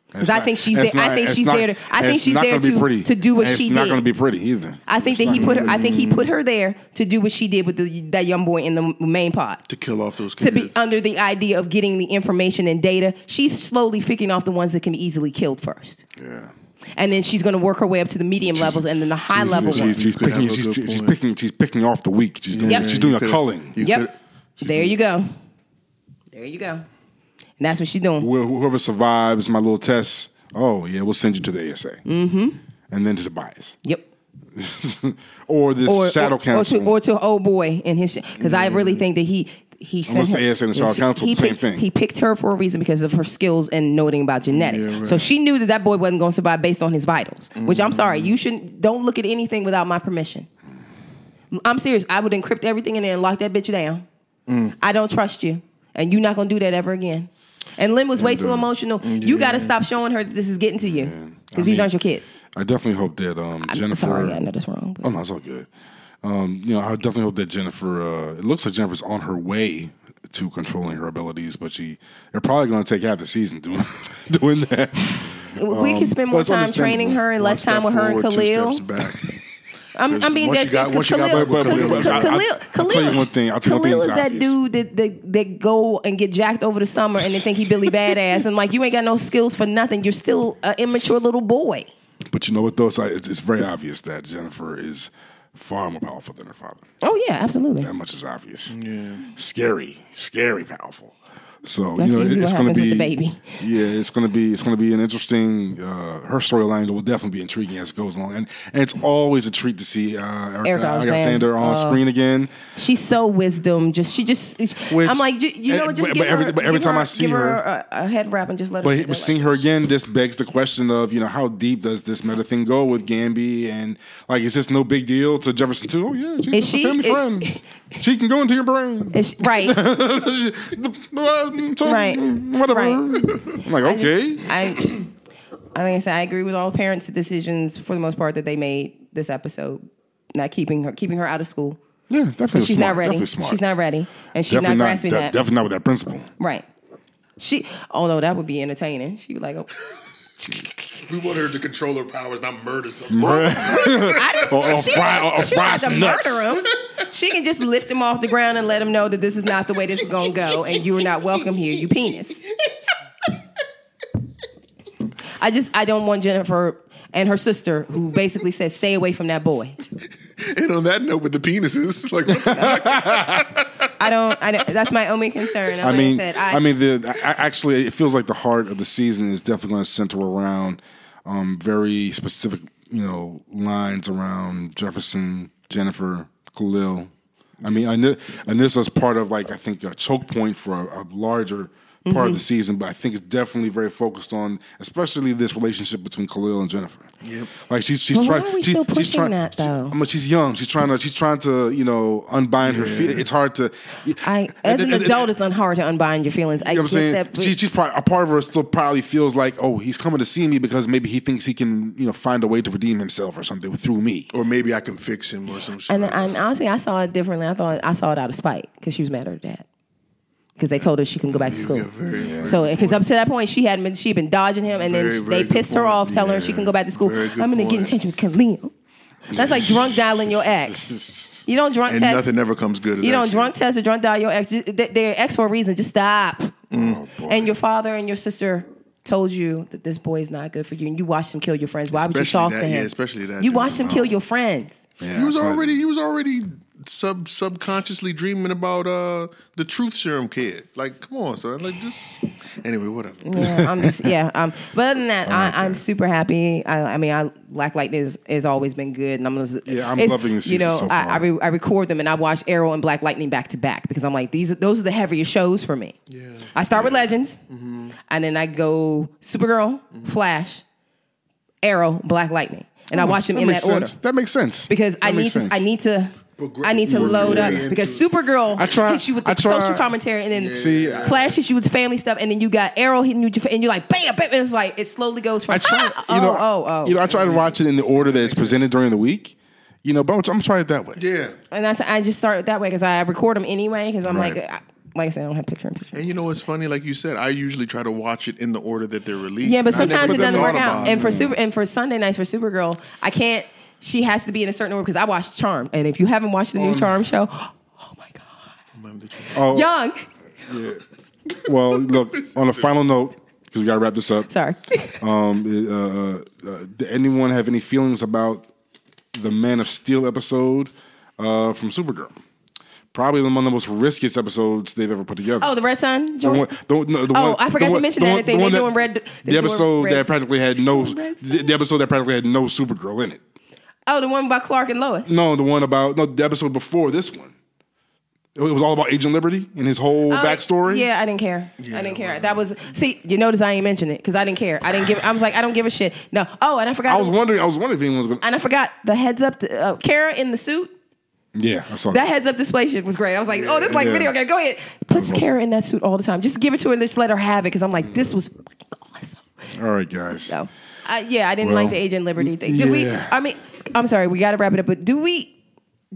Because It's I not- think she's it's there. I not- think it's she's not- there. To, I think it's she's not there gonna be to, pretty. to do what And she it's did. not gonna be pretty either. I think that he put her. I think he put her there to do what she did with the, that young boy in the main pod. to kill off those kids. To be under the idea of getting the information and data, she's slowly picking off the ones that can be easily killed first, Yeah. and then she's going to work her way up to the medium levels and then the high She's- level she's, ones. she's You could picking. have a She's, good she's point. picking. She's picking off the weak. She's doing. Yep. She's doing You a could've- culling. you Yep. could've- There you go. There you go. And that's what she's doing. Wh- Whoever survives my little test. Oh yeah, we'll send you to the ASA. Mm-hmm. And then to the bias, Yep. or this shadow or, Mm. council. or to, or to old boy in his because I really think that he he sent Unless her, the ASA and the Shadow he- Council, he the same picked, thing. He picked her for a reason because of her skills and noting about genetics. Yeah, right. So she knew that that boy wasn't going to survive based on his vitals. Which I'm Mm-hmm. sorry, you shouldn't. Don't look at anything without my permission. I'm serious. I would Mm. encrypt everything and then lock that bitch down. I don't trust you, and you're not going to do that ever again. And Lynn was way too uh, emotional. You got to stop showing her that this is getting to you because these mean, aren't your kids. I definitely hope that um, I'm Jennifer. sorry, I know that's wrong. but- Oh no, it's all good. Um, you know, I definitely hope that Jennifer. Uh, it looks like Jennifer's on her way to controlling her abilities, but she they're probably going to take half the season doing doing that. we can spend Um, well, more it's time understandable. training her and One less time step with her and forward, two Khalil. steps back. I'm, I'm being Once dead you got- serious because once you got Khalil, back with Khalil, Khalil, I- Khalil, I- I'll tell you one thing, I'll tell you one Khalil is thing that's that obvious. dude that, that that go and get jacked over the summer and they think he Billy badass and like you ain't got no skills for nothing. You're still an immature little boy. But you know what though? It's, like- it's, it's very obvious that Jennifer is far more powerful than her father. Oh yeah, absolutely. That much is obvious. Yeah. Scary, scary, powerful. So Let's you know see it- what it's going happens to with be the baby. yeah, it's going to be it's going to be an interesting. Uh, her storyline will definitely be intriguing as it goes along, and, and it's always a treat to see uh, Erica, Erica Alexander. Alexander on Uh, screen again. She's so wisdom. Just she just. Which- I'm like you, you know and- just but- give but every- her, but every give time her- I see give her, her- a, a head wrap and just let her. But, sit there but seeing her like- again, this begs the question of you know how deep does this meta thing go with Gamby, and like is this no big deal to Jefferson too? Oh yeah, she's just she- a family is- friend. she can go into your brain. Is she- right, right. Right. Whatever. Right. I'm like, okay. I. I think I said I agree with all parents' decisions for the most part that they made this episode, not keeping her keeping her out of school. yeah, definitely She's smart. not ready. Definitely smart. She's not ready, and she's definitely not grasping de- that. Definitely not with that principle. Right. She, although that would be entertaining. She was like, oh, We want her to control her powers, not murder someone. I didn't, Or- or she fry- or- or she fry had to some nuts. murder him. She can just lift him off the ground and let him know that this is not the way this is gonna go, and you are not welcome here, you penis. I just, I don't want Jennifer and her sister, who basically said, "Stay away from that boy." And on that note, with the penises, like what the fuck? I don't. I don't that's my only concern. I Like mean, said, I, mean, the I, I- actually, it feels like the heart of the season is definitely going to center around um, very specific, you know, lines around Jefferson, Jennifer, Khalil. I mean, I knew, and this was part of like I think a choke point for a, a larger part Mm-hmm. of the season, but I think it's definitely very focused on, especially this relationship between Khalil and Jennifer. Yep. Like she's she's But why trying. are we she- still she's pushing trying, that, she- though? I mean, she's young. She's trying to she's trying to you know unbind her. Feet. It's hard to. I, and- as an and- adult, it's hard to unbind your feelings. I you know what I'm get saying? that. but- she, she's probably, a part of her still probably feels like, oh, he's coming to see me because maybe he thinks he can, you know, find a way to redeem himself or something through me. or maybe I can fix him or some shit. And, and honestly, I saw it differently. I thought I saw it out of spite because she was mad at her dad because they told her she couldn't go back to school. So because up to that point, she hadn't been she had been dodging him, and Very, then very they good pissed her point. off, telling her she Yeah. can go back to school. Very I'm good gonna get in point. touch with Khalil. That's like drunk dialing your ex. You don't drunk and text. nothing ever comes good. of you that don't shit. drunk test or drunk dial your ex. Ju- they- They're ex for a reason. Just stop. Oh, and your father and your sister told you that this boy is not good for you, and you watched him kill your friends. Why would you Especially talk that- to him? yeah, especially that You dude. watched him kill your friends. Yeah, He was but- already he was already sub subconsciously dreaming about uh the truth serum kid. Like, come on, son. Like just anyway, whatever. Yeah, I'm just yeah. Um, but other than that, I, I'm super happy. I, I mean, I Black Lightning has, has always been good, and I'm just, Yeah, I'm it's- loving the You season know, so I I, far. re, I record them and I watch Arrow and Black Lightning back to back because I'm like these are, those are the heavier shows for me. Yeah, I start with Legends, Mm-hmm. and then I go Supergirl, Flash, Arrow, Black Lightning, and I watch them Oh, that in makes that order sense. That makes sense. because I That need makes to sense. I need to. Progr- I need to we're load really up into- because Supergirl I try- hits you with the I try- social commentary, and then See, I- Flash hits you with family stuff, and then you got Arrow hitting you, and you're like, bam, bam, and it's like it slowly goes from. I try, ah, you know, oh, oh, oh, you know, I try to watch it in the order that it's presented during the week, you know, but I'm gonna try it that way. Yeah. and that's I just start that way because I record them anyway because I'm Right. like, I, like I said, I don't have picture in picture. And you know what's funny? Like you said, I usually try to watch it in the order that they're released. Yeah, but And I sometimes never it doesn't thought work about out. it. And for super and for Sunday nights for Supergirl, I can't. She has to be in a certain order because I watched Charm, and if you haven't watched the new Charm show, oh my god, Oh, Young, well, look, on a final note, because we gotta wrap this up. sorry. Um, uh, uh, uh, did anyone have any feelings about the Man of Steel episode uh, from Supergirl? Probably one of the most riskiest episodes they've ever put together. Oh, the Red Sun. The joint? one- the one- no, the Oh, one- I forgot the to one- mention the that. one- I think the they're one doing red. they're The doing episode red- that practically had no. doing red The, the episode that practically had no Supergirl in it. Oh, the one by Clark and Lois. No, the one about no the episode before this one. It was all about Agent Liberty and his whole Oh, backstory. Yeah, I didn't care. I didn't care. That was see. You notice I ain't mention it because I didn't care. I didn't give. I was like, I don't give a shit. No. Oh, and I forgot. I was wondering. I was wondering if anyone was going. to... and I forgot the heads up. To, uh, Kara in the suit. Yeah, I saw That heads up display shit was great. I was like, oh, this like Yeah. video game. Go ahead. Puts awesome. Kara in that suit all the time. Just give it to her and just let her have it. Because I'm like, this was fucking awesome. All right, guys. So, I, yeah, I didn't Well, like the Agent Liberty thing. Did we? yeah. I mean, I'm sorry, we got to wrap it up. But do we?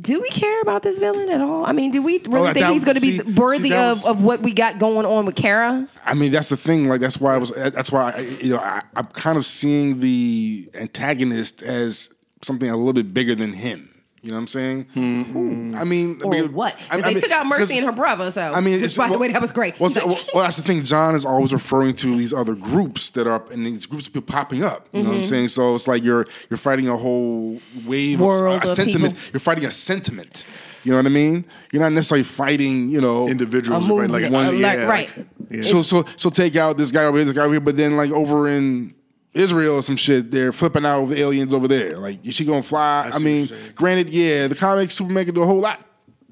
Do we care about this villain at all? I mean, do we really that- think that- he's going to Oh, see- be see, worthy that was- of, of what we got going on with Kara? I mean, that's the thing. Like, that's why I was. That's why I, you know I, I'm kind of seeing the antagonist as something a little bit bigger than him. You know what I'm saying? Hmm. I mean, Or because- what? I, 'Cause I they mean, took out Mercy 'cause- and her brother. So, I mean, which, by the way, that was great. Well, He's so- like, well, that's the thing. John is always referring to these other groups that are, and these groups keep popping up. You know Mm-hmm. what I'm saying? So it's like you're you're fighting a whole wave World a of sentiment. people. You're fighting a sentiment. You know what I mean? You're not necessarily fighting. You know, Individuals, A right? Like movement, uh, a yeah, le- like- right. yeah. She'll, she'll, she'll take out this guy over here, this guy over here, but then like over in Israel or some shit, they're flipping out over the aliens over there. Like, is she gonna fly? I, see mean, what you're saying. granted, yeah, the comics Superman can do a whole lot,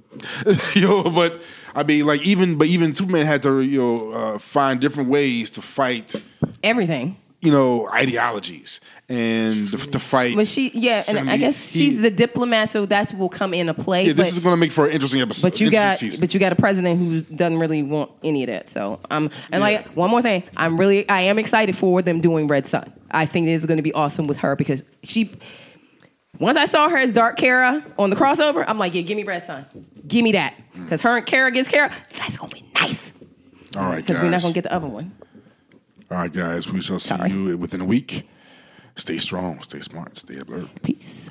you know, but I mean, like even but even Superman had to you know uh, find different ways to fight everything. you know ideologies and to, to fight. But she, yeah, So, and I he- guess he- she's the diplomat, so that's will come into play. Yeah, but, this is gonna make for an interesting episode. But you interesting got, season. but you got a president who doesn't really want any of that. So I'm, and like one more thing, I'm really, I am excited for them doing Red Sun. I think this is going to be awesome with her because she. Once I saw her as Dark Kara on the crossover, I'm like, yeah, give me Red Sun, give me that, because her and Kara against Kara, that's gonna be nice. All right, Because we're not guys. gonna get the other one. All right, guys. We shall see Sorry. you within a week. Stay strong. Stay smart. Stay alert. Peace.